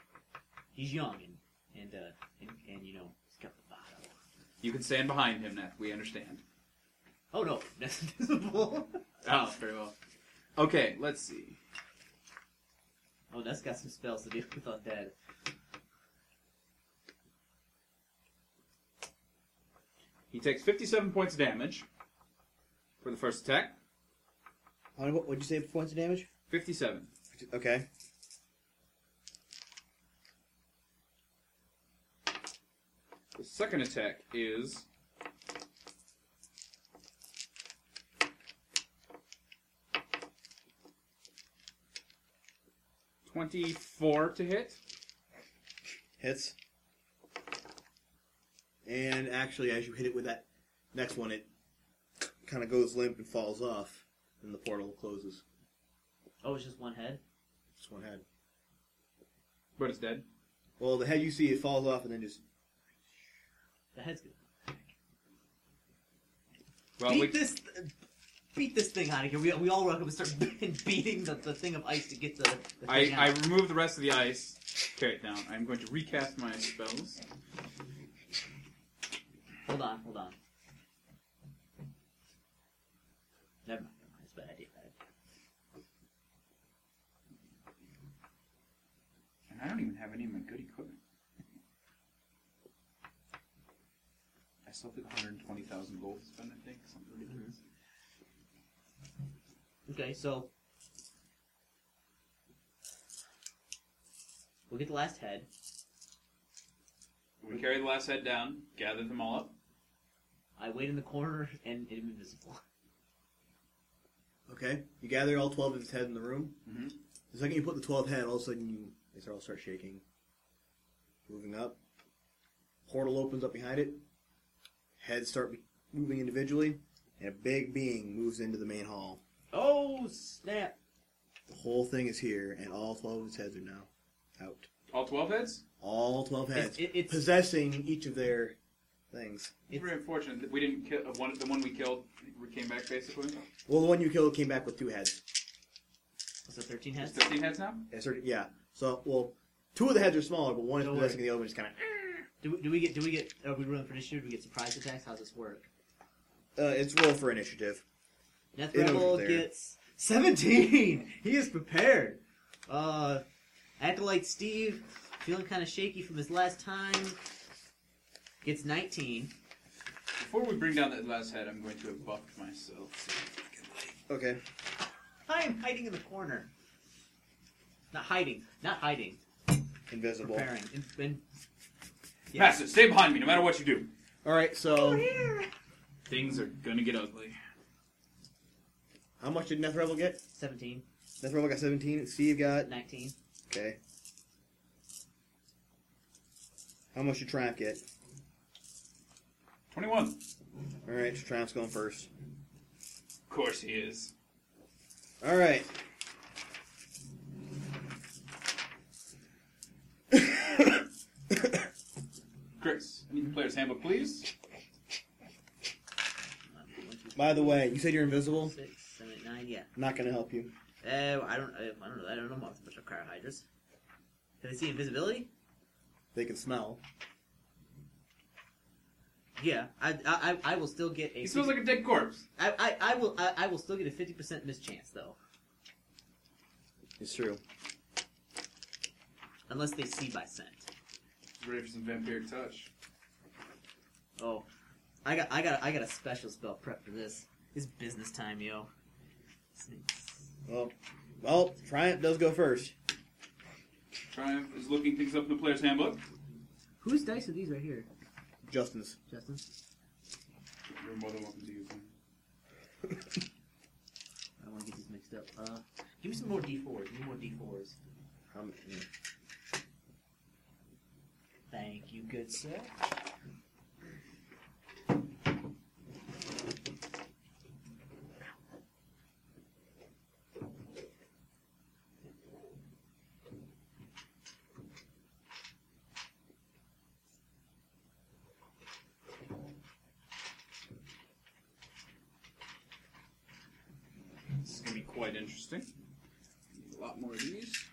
he's young and and uh, and, and you know he's got the bottom. You can stand behind him, Neth. We understand. Oh no, that's invisible. Oh, very well. Okay, let's see. oh, that's got some spells to deal with undead. He takes 57 points of damage for the first attack. How, what would you say points of damage? 57. Okay. The second attack is. Twenty-four to hit. Hits. And actually, as you hit it with that next one, it kind of goes limp and falls off, and the portal closes. Oh, it's just one head. Just one head. But it's dead. Well, the head you see, it falls off and then just. The head's good. Well, beat we, this, th- beat this thing out of here. We, we all run up and start beating the, the thing of ice to get the, the I, thing I out. remove the rest of the ice. Tear it down. I'm going to recast my spells. Hold on, hold on. Never mind, never mind. It's a bad idea. Bad idea. And I don't even have any of my good equipment. I still have 120,000 gold to spend, I think. Something ridiculous. Okay, so we'll get the last head. We carry the last head down, gather them all up. I wait in the corner and am invisible. Okay. You gather all 12 of his head in the room. Mm-hmm. Mhm. The second you put the 12 head, all of a sudden you, they start, all start shaking. Moving up. Portal opens up behind it. Heads start be- moving individually. And a big being moves into the main hall. Oh snap! The whole thing is here, and all 12 of his heads are now out. All 12 heads? All 12 heads. It's, it, it's, possessing each of their things. It's It's- very unfortunate that we didn't kill uh, one. The one we killed we came back basically. Well, the one you killed came back with two heads. was it thirteen There's heads? 13 heads now. Yeah, sort of- yeah. So, well, two of the heads are smaller, but one is Don't possessing the other one. Just kind Do we, do we get? Do we get? Are we rolling for initiative? Do we get surprise attacks? How's this work? of. Uh, it's roll for initiative. Neth It over Rebel there. gets seventeen. he is prepared. Uh, acolyte Steve, feeling kind of shaky from his last time, gets nineteen. Before we bring down that last head, I'm going to have buffed myself. Okay. I am hiding in the corner. Not hiding. Not hiding. Invisible. Preparing. And, and, Yeah. Master, stay behind me, no matter what you do. All right. So, Things are gonna get ugly. how much did Neth Rebel get? 17, Neth Rebel got seventeen. Steve got 19. okay. How much did Triumph get? 21. Of All right. So Triumph's going first. course he is. All right. Chris, I need the player's handbook, please. By the way, you said you're invisible. Six, seven, eight, nine. Yeah. I'm not gonna help you. Uh, I don't. I, I don't know. I don't know about special cryohydras. Can they see invisibility? They can smell. Yeah. I. I. I I will still get a. He smells like a dead corpse. I, I, I will. I, I will still get a fifty percent mischance though, It's true. unless they see by scent. Ready for some vampiric touch. Oh, I got. I got. I got a special spell prepped for this. It's business time, yo. Snakes. Well, well, Triumph does go first. Triumph is looking things up in the player's handbook. Whose dice are these right here, Justin's. Justin? You're more than welcome to use them. I want to get these mixed up. Uh, give me some more D4s. Give me more D4s. Um, yeah. Thank you, good sir. This is gonna be quite interesting. Need a lot more of these.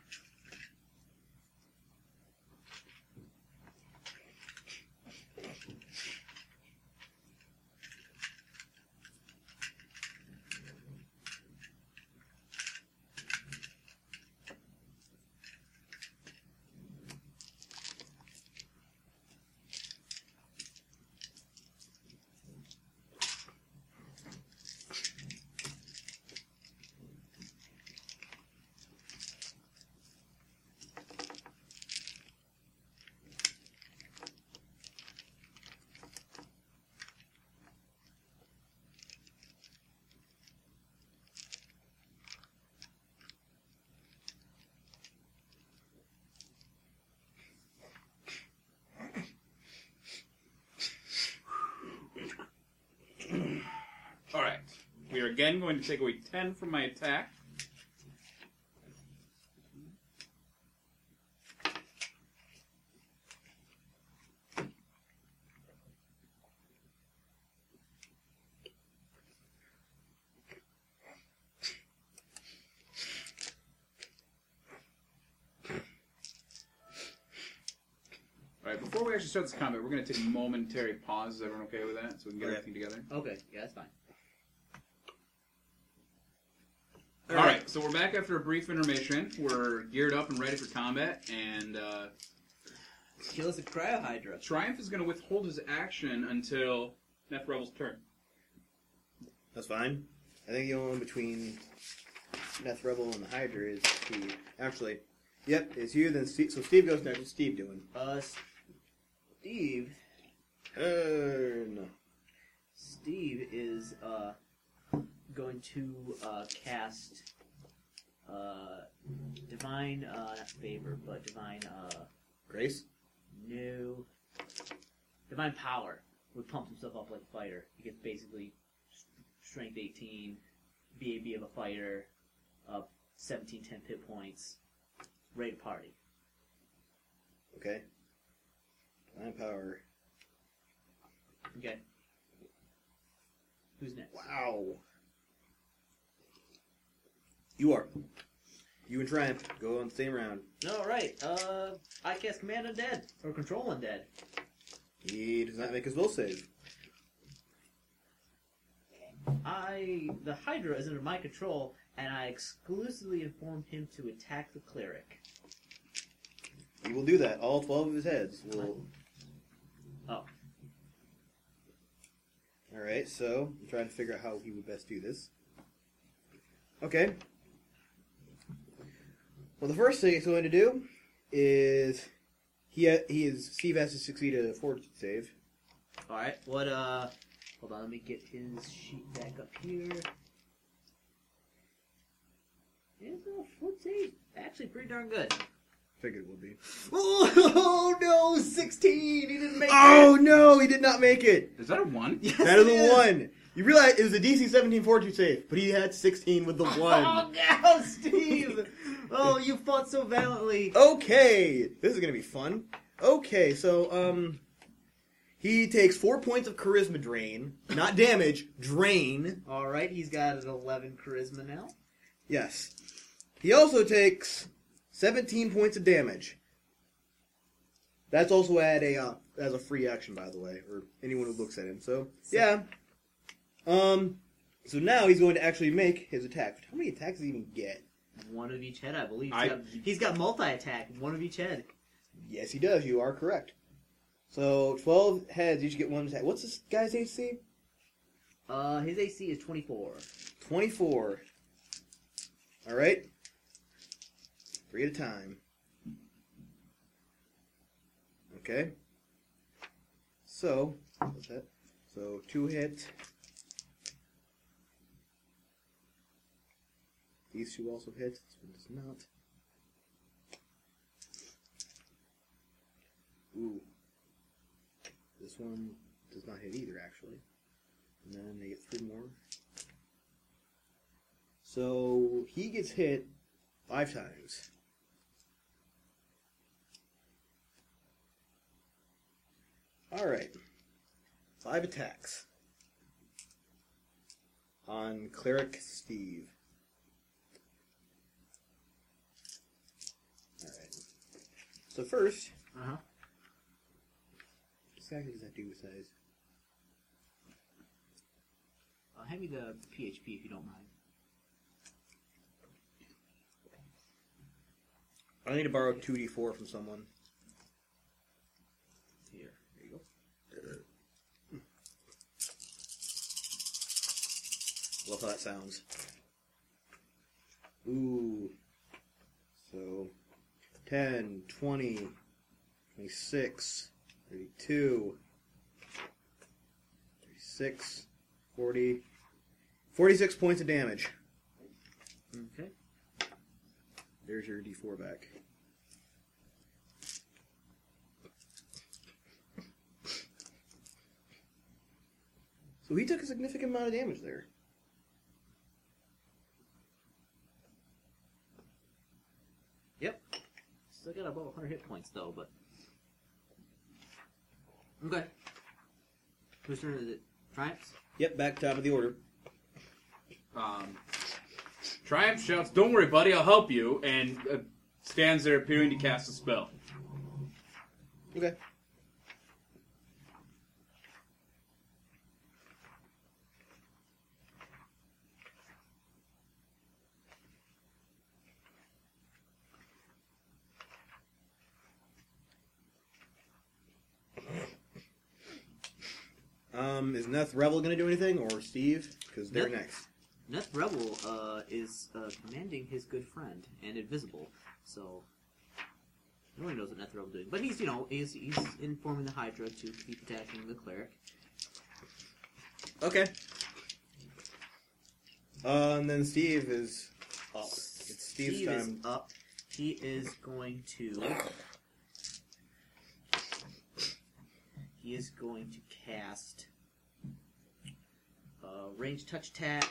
All right. We are again going to take away 10 from my attack. All right. Before we actually start this combat, we're going to take a momentary pause. Is everyone okay with that? So we can get Okay. everything together. Okay, yeah, that's fine. All right. so we're back after a brief intermission. We're geared up and ready for combat, and uh, Kill us a cryohydra. Triumph is going to withhold his action until Neth Rebel's turn. That's fine. I think the only one between Neth Rebel and the Hydra is Steve. Actually, yep, it's you, then Steve. So Steve goes next. What's Steve doing? Uh, Steve. Uh, no. Steve is uh going to uh cast uh divine uh not favor but divine uh Grace? no divine power would pump himself up like a fighter. He gets basically s- strength 18, BAB of a fighter, up 17, 10 hit points, ready to party. Okay. Nine power. Okay. Who's next? Wow. You are. You and Triumph go on the same round. All right. Uh, I cast command undead or control undead. He does not make his will save. I the Hydra is under my control, and I exclusively informed him to attack the cleric. He will do that. All 12 of his heads will. Oh. Alright, so I'm trying to figure out how he would best do this. Okay. Well, the first thing he's going to do is. He, ha- he is. Steve has to succeed a fortitude save. All right. What? Uh, hold on. Let me get his sheet back up here. His little foot save actually pretty darn good. Figured it would be. Oh no, sixteen. He didn't make Oh no, he did not make it! Is that a one? Yes, That is it a one. You realize it was a DC 17 fortitude save, but he had 16 with the one. Oh no, Steve! oh, you fought so valiantly. okay, this is gonna be fun. Okay, so um, he takes four points of charisma drain, not damage, drain. All right, he's got an eleven charisma now. Yes. He also takes 17 points of damage. That's also at a uh, as a free action, by the way, or anyone who looks at him. So yeah. Um. So now he's going to actually make his attack. How many attacks does he even get? One of each head, I believe. He's I- got, he's got multi attack, one of each head. Yes, he does. You are correct. So twelve heads each get one attack. What's this guy's AC? Uh, his AC is 24. Twenty-four. All right. Three at a time. Okay. So what's that? So two hit. These two also hit. This one does not. Ooh. This one does not hit either, actually. And then they get three more. So he gets hit five times. All right. Five attacks on Cleric Steve. All right. So first, Uh huh. what exactly does that do besides? Uh, hand me the PHP if you don't mind. I need to borrow two d four from someone. Here. There you go. Love how that sounds. Ooh. So 10, 20, 26, 32, 36, 40, 46 points of damage. Okay. There's your d4 back. So he took a significant amount of damage there. Still got above 100 hit points, though, but. Okay. Whose turn is it? Triumphs? Yep, back top of the order. Um, Triumph shouts, "Don't worry, buddy, I'll help you," and uh, stands there appearing to cast a spell. Okay. Um, is Neth Revel going to do anything, or Steve? Because they're Nope. next. Neth Rebel uh, is uh, commanding his good friend and invisible, so no one knows what Neth Rebel doing. But he's you know he's he's informing the Hydra to keep attacking the cleric. Okay. Uh, and then Steve is up. It's Steve's Steve time. is up. He is going to. He is going to cast uh, range touch attack.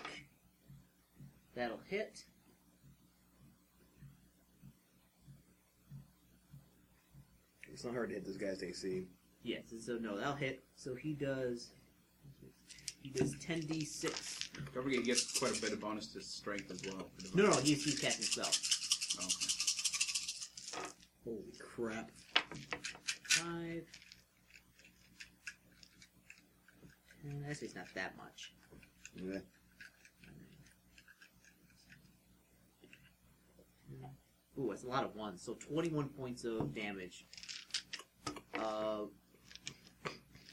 That'll hit. It's not hard to hit this guy's AC. Yes, so no, that'll hit. So he does. He does 10d6. Don't forget, he gets quite a bit of bonus to strength as well. for the No, no, bonus. he's, he's casting spell. Oh, okay. Holy crap. Five. And I say it's Hmm, not that much. Yeah. Ooh, that's a lot of ones. So 21 points of damage. Uh,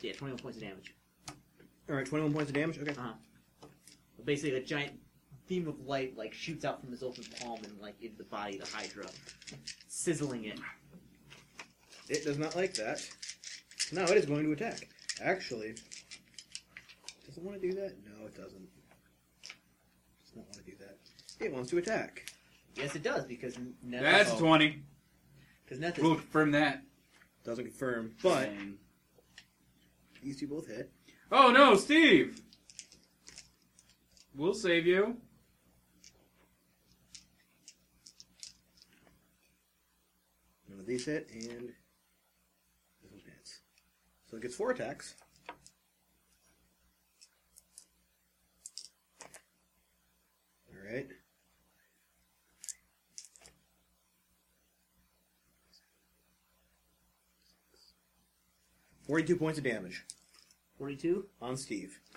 yeah, 21 points of damage. All right, 21 points of damage. Okay. Basically, a giant beam of light like shoots out from his open palm and like into the body of the Hydra, sizzling it. It does not like that. No, it is going to attack. Actually, does it want to do that? No, it doesn't. It does not want to do that. It wants to attack. Yes, it does because N- Neth. That's because 20. Neth is Oh. We'll confirm that. Doesn't confirm, but Dang. these two both hit. Oh no, Steve! We'll save you. None of these hit, and this one hits. So it gets four attacks. All right. Forty-two points of damage 42. on Steve.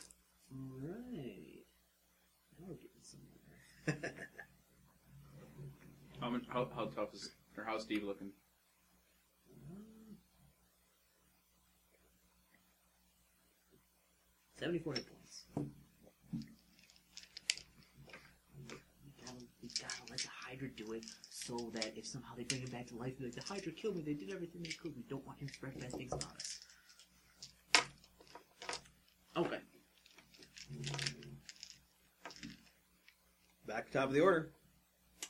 Right. Now we're getting somewhere. How, much, how, how tough is or how's Steve looking? Seventy-four hit points. We gotta, we gotta let the Hydra do it, so that if somehow they bring him back to life, they're like the Hydra killed me. They did everything they could. We don't want him to spread bad things about us. Okay. Back to top of the order.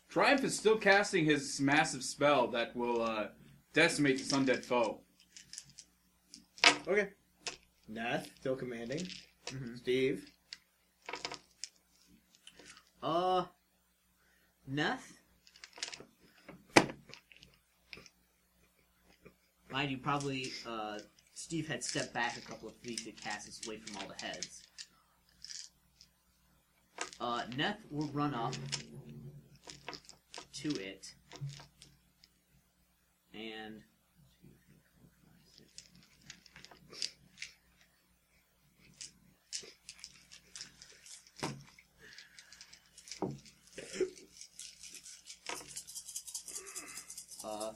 Triumph is still casting his massive spell that will uh, decimate this undead foe. Okay. Nath still commanding. Mhm. Steve. Uh, Neth. Mind you, probably uh, Steve had stepped back a couple of feet to cast his way from all the heads. Uh, Neth will run up to it and. Uh,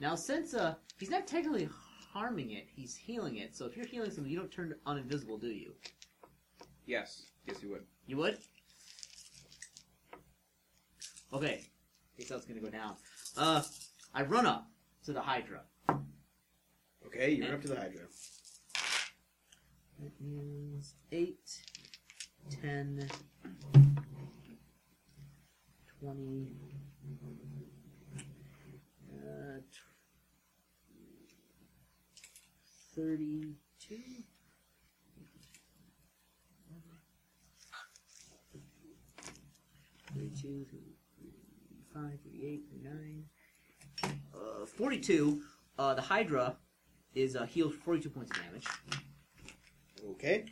now, since uh, he's not technically harming it, he's healing it. So if you're healing something, you don't turn uninvisible, do you? Yes, yes, he would. You would? Okay. Guess that's gonna go down. Uh, I run up to the Hydra. Okay, you're up to the Hydra. That is 8, 10, 20, uh, tw- 32. Thirty-two, thirty-five, thirty-eight, thirty-nine, uh, forty-two. Uh, the Hydra is uh, healed forty-two points of damage. Okay.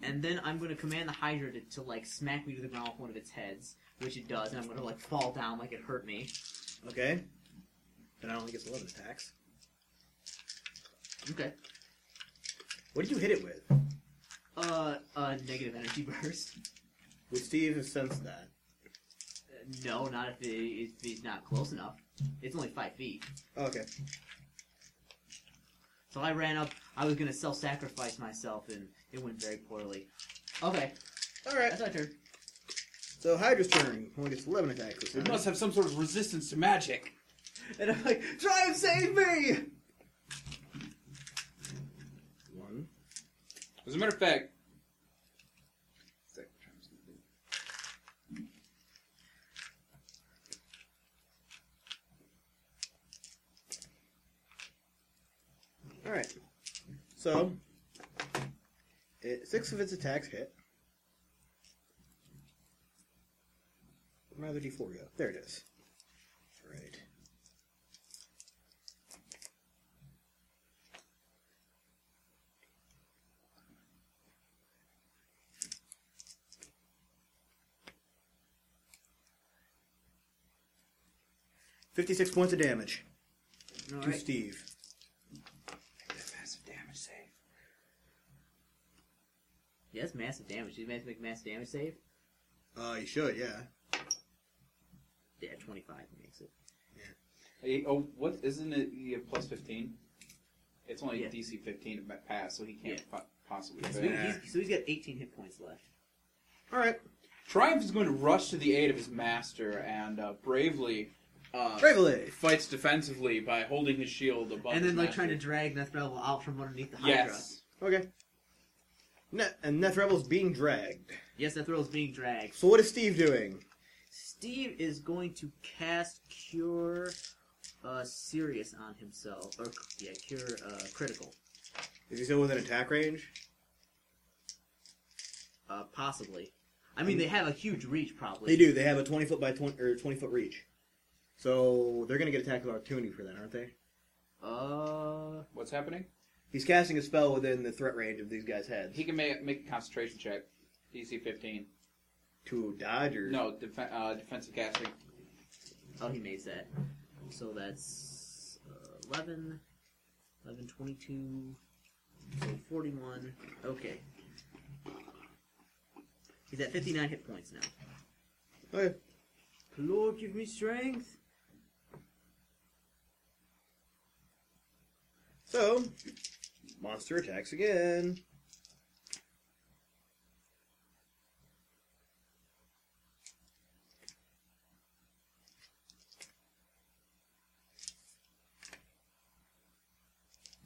And then I'm going to command the Hydra to, to like smack me to the ground with one of its heads, which it does, and I'm going to like fall down like it hurt me. Okay. Then I only gets 11 attacks. Okay. What did you hit it with? Uh, uh, negative energy burst. Would Steve have sensed that? Uh, no, not if, it, if Oh, he's not close enough. It's only five feet, Okay. so So I ran up. I was gonna self-sacrifice myself, and it went very poorly. Okay, All right. that's my turn. So Hydra's turn. Only gets 11 attacks this It time. must have some sort of resistance to magic. And I'm like, Try and save me! One. As a matter of fact, All right. So, it, six of its attacks hit. Where did the d4 go? There it is. All right. Fifty-six points of damage all to right. Steve. massive damage save. Yeah, that's massive damage. Did you guys make massive damage save? Uh, you should, yeah. Yeah, 25 makes it. Hey, oh, what isn't it? You have plus fifteen. It's only Yeah. DC fifteen if I pass, so he can't po- possibly. So, fail. he- he's, so he's got 18 hit points left. All right. Triumph is going to rush to the aid of his master and uh, bravely uh, Bravely. fights defensively by holding his shield above. and then, his like, master. trying to drag Nethrevel out from underneath the Hydra. Yes. Okay. Net and Neth Rebel's being dragged. Yes, Nethrel's being dragged. So what is Steve doing? Steve is going to cast Cure uh, Serious on himself. Or, yeah, Cure uh, Critical. Is he still within attack range? Uh, possibly. I mean, they have a huge reach, probably. They do. They have a twenty foot by twenty or twenty foot reach. So they're gonna get attack of opportunity for that, aren't they? Uh, What's happening? He's casting a spell within the threat range of these guys' heads. He can make, make a concentration check. DC fifteen. To dodge or No, def- uh, defensive casting. oh, he made that. So that's uh, 11, 11, 22, so 41. Okay. He's at 59 hit points now. Okay. Lord, give me strength. So monster attacks again.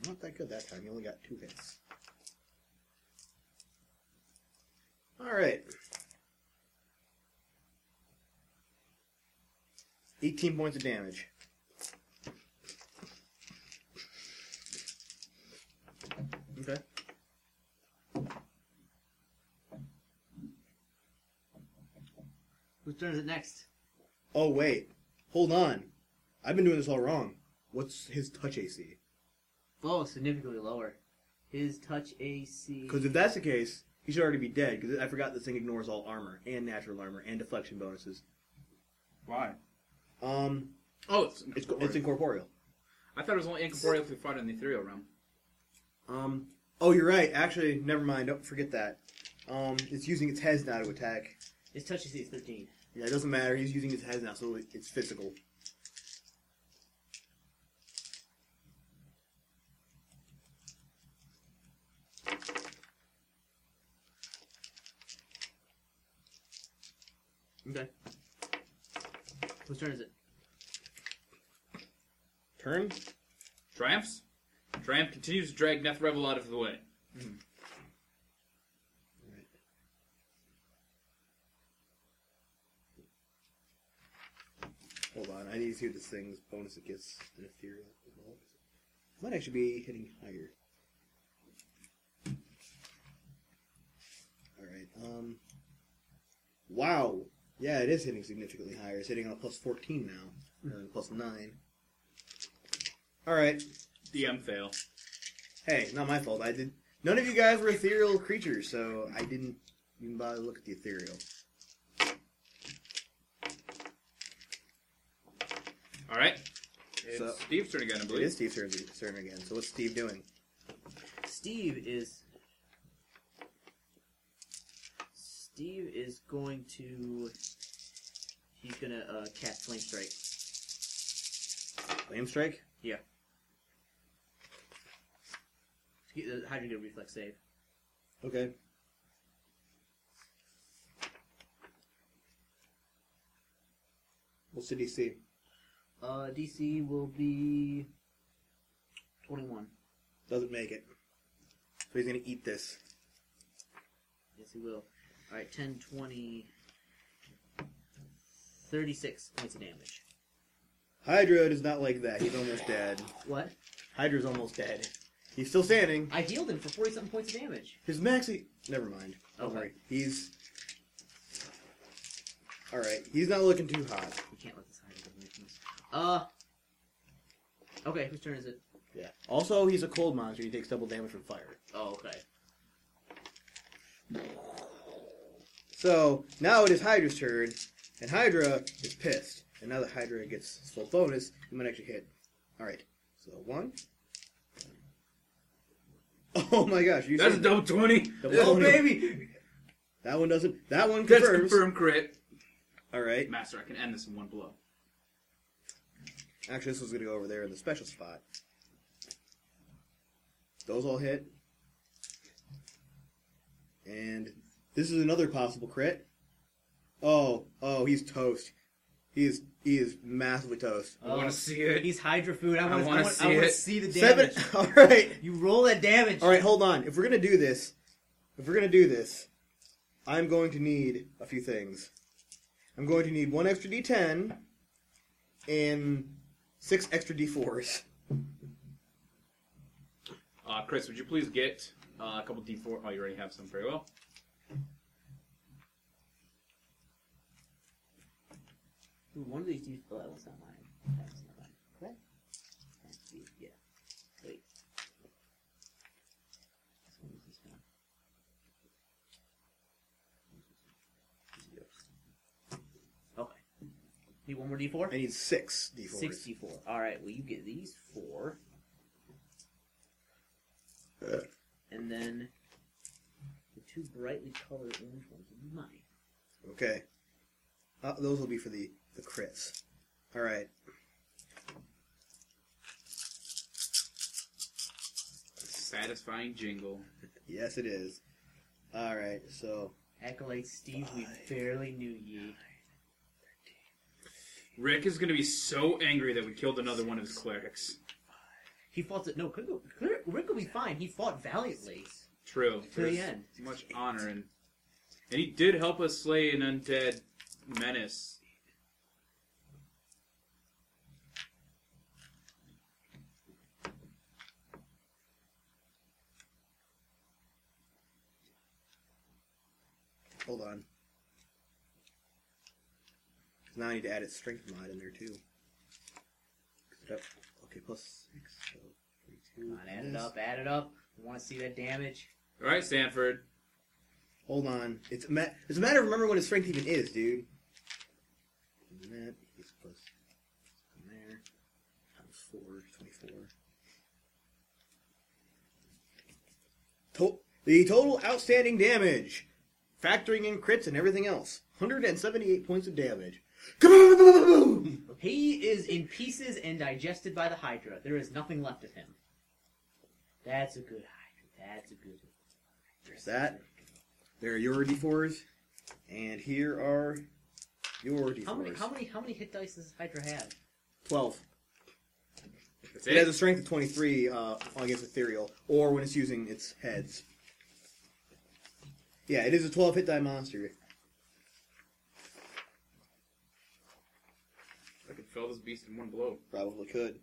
Not that good that time. You only got two hits. All right. 18 points of damage. Okay. Whose turn is it next? Oh wait, hold on. I've been doing this all wrong. What's his touch AC? Oh, significantly lower. His touch AC. Because if that's the case, he should already be dead. Because I forgot this thing ignores all armor and natural armor and deflection bonuses. Why? Um, Oh, it's, it's it's incorporeal. I thought it was only incorporeal if we fought in the ethereal realm. Um, oh, you're right. Actually, never mind. Don't forget that. Um, it's using its heads now to attack. His touch AC is 13. Yeah, it doesn't matter. He's using his heads now, so it's physical. Okay. Whose turn is it? Turn. Triumphs. Triumph continues to drag Neth Revel out of the way. Hold on. I need to see what this thing's bonus it gets in ethereal. Might actually be hitting higher. Alright, um. Wow! Yeah, it is hitting significantly higher. It's hitting on a plus 14 now, rather than plus 9. Alright, DM fail. hey, not my fault. I did. None of you guys were ethereal creatures, so I didn't even bother to look at the ethereal. All right. It's So- Steve's turn again, I It believe. is Steve's turn- turn again, so what's Steve doing? Steve is. Steve is going to. He's gonna uh, cast Flame Strike. Flame Strike? Yeah. He- uh, How'd you do a reflex save? Okay. What's the DC? Uh, DC will be 21. Doesn't make it. So he's gonna eat this. Yes, he will. Alright, 10, 20, 36 points of damage. Hydra is not like that. He's almost dead. What? Hydra's almost dead. He's still standing. I healed him for 40 something points of damage. His maxi. Never mind. Don't Okay. worry. He's. Alright, he's not looking too hot. You can't let this hide in the weakness. Uh. Okay, whose turn is it? Yeah. Also, he's a cold monster. He takes double damage from fire. Oh, okay. So, now it is Hydra's turn, and Hydra is pissed. And now that Hydra gets his full bonus, he might actually hit. Alright, so one. Oh my gosh, you That's a said- double twenty. Double oh 20. baby, that one doesn't. That one that's confirms. confirmed crit. Alright. Master, I can end this in one blow. Actually, this was going to go over there in the special spot. Those all hit. And this is another possible crit. Oh, oh, he's toast. He is he is massively toast. I want Oh. to see it. He's Hydra food. I I want to wanna see see I want to it. see the Seven. damage. All right, You roll that damage. all right. Hold on. If we're gonna do this, if we're gonna do this, I'm going to need a few things. I'm going to need one extra D10 and six extra D4s. Uh, Chris, would you please get uh, a couple D4? Oh, you already have some. Very well. Ooh, one of these you oh, that one's not mine. That one's not mine. What? That's the- yeah. Wait. This one is this one. This is yours. Okay. Need one more I D4? need six D4s. 64. Alright, well, you get these four. Ugh. And then the two brightly colored orange ones are mine. Okay. Uh, those will be for the, the crits. Alright. Satisfying jingle. Yes, it is. Alright, so. Acolyte Steve, we Five. barely knew ye. Rick is gonna be so angry that we killed another one of his clerics. He fought it. No, Rick, Rick, Rick will be fine. He fought valiantly True. to the end. Much honor and and he did help us slay an undead menace. Hold on. Now I need to add its strength mod in there too. Is it up? Okay, plus six. So three, two, Come on, add it this. up, add it up. We want to see that damage. All right, Sanford. Hold on. It's a, ma- it's a matter of remember what his strength even is, dude. And that he's plus from there. Times four, 24. To- the total outstanding damage, factoring in crits and everything else, 178 points of damage. Kaboom! He is in pieces and digested by the Hydra. There is nothing left of him. That's a good Hydra. That's a good. There's that. There are your d4s, and here are your d4s. How many? How many? How many hit dice does Hydra have? 12. That's It has a it. strength of 23 uh, against Ethereal, or when it's using its heads. Yeah, it is a 12 hit die monster. I could fell this beast in one blow. Probably could.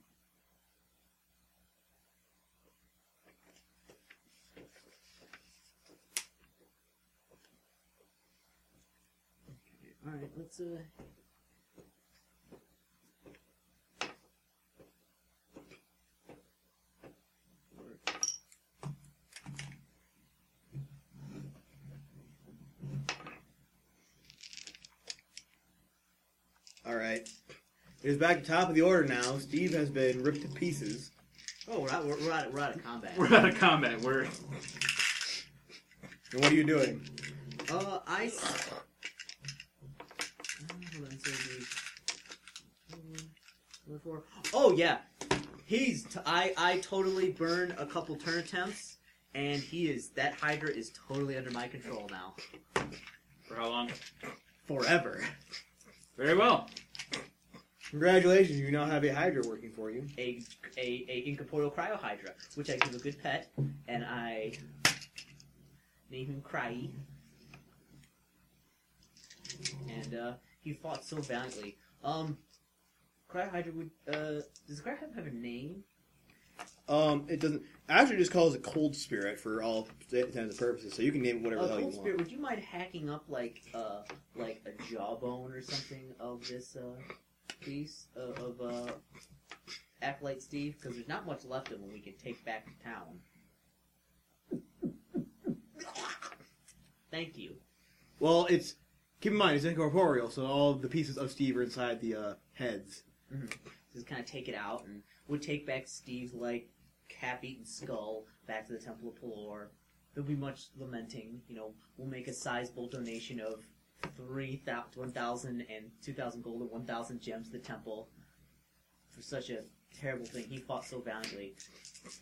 All right, let's uh. Alright. It is back to top of the order now. Steve has been ripped to pieces. Oh, we're out. We're, we're out. We're out of combat. We're out of combat. We're And what are you doing? Uh, I. s- Uh, hold on, so it'd be one, one, four. Oh yeah, he's. T- I I totally burn a couple turn attempts and he is that Hydra is totally under my control now. For how long? Forever. Very well. Congratulations, you now have a Hydra working for you. A, a, a incorporeal cryo Hydra, which I give a good pet, and I name him Cry. And uh, he fought so valiantly. Um, cryo Hydra would uh, does cryo Hydra have a name? Um, it doesn't. Actually, just calls it Cold Spirit for all intents and purposes. So you can name it whatever Uh, the hell you Cold Spirit, want. would you mind hacking up like uh like a jawbone or something of this uh piece of, of uh acolyte Steve? Because there's not much left of him we can take back to town. Thank you. Well, it's keep in mind it's incorporeal, so all the pieces of Steve are inside the uh, heads. Just kind of take it out and would take back Steve's like half-eaten skull back to the Temple of Pelor. There'll be much lamenting. You know, we'll make a sizable donation of three thousand, one thousand, and two thousand gold or one thousand gems to the temple for such a terrible thing. He fought so valiantly,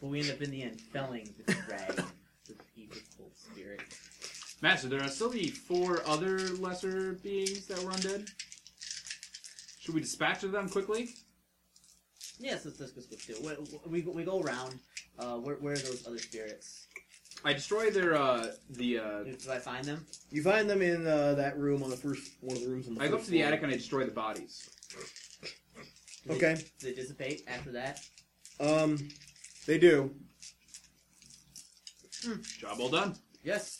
but we end up in the end felling the dragon, the evil cold spirit. Master, there are still the four other lesser beings that were undead. Should we dispatch of them quickly? Yes, let's let's let's, let's do it. We, we, we go around. Uh, where, where are those other spirits? I destroy their uh the uh Did did I find them? You find them in uh, that room on the first one of the rooms on the. I go up first to the floor. attic and I destroy the bodies. Did they- Okay. Did they dissipate after that? Um, they do. Job well done. Yes.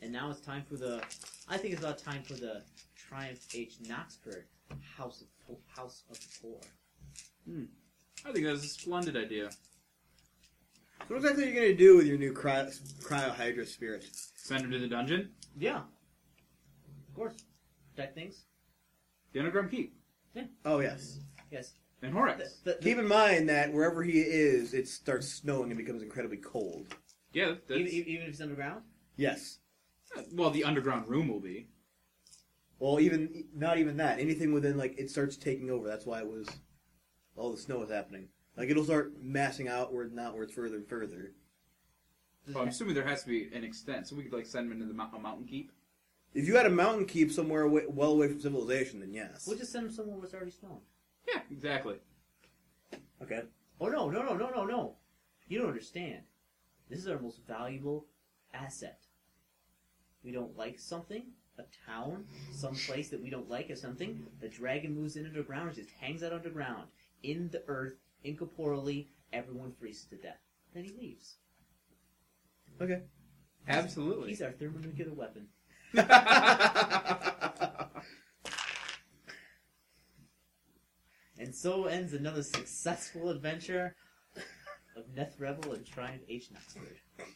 And now it's time for the. I think it's about time for the Triumph H Knoxburg House of Po- House of the Poor. I think that's a splendid idea. So what exactly are you gonna do with your new cryo, cryo Hydra spirit? Send them to the dungeon, Yeah. Of course. Protect things. the underground keep, Oh yes. Yes. and The, Horax. the- the- Keep in mind that wherever he is, it starts snowing and becomes incredibly cold. Yeah, that's, even, even even if it's underground. Yes. well, the underground room will be. Well, even not even that. Anything within like it starts taking over. That's why it was all the snow is happening. Like it'll start massing outward and outwards further and further. Well, I'm assuming there has to be an extent, so we could like send them into the mou- a mountain keep. If you had a mountain keep somewhere away, well away from civilization, then yes. We'll just send them somewhere where it's already snowing. Yeah, exactly. Okay. Oh no no no no no no! You don't understand. This is our most valuable asset. We don't like something, a town, some place that we don't like or something. The dragon moves in underground, just hangs out underground, in the earth, incorporeally. Everyone freezes to death. Then he leaves. Okay. Absolutely. He's our thermonuclear weapon. And so ends another successful adventure of Neth Rebel and Triumph H. Knoxford.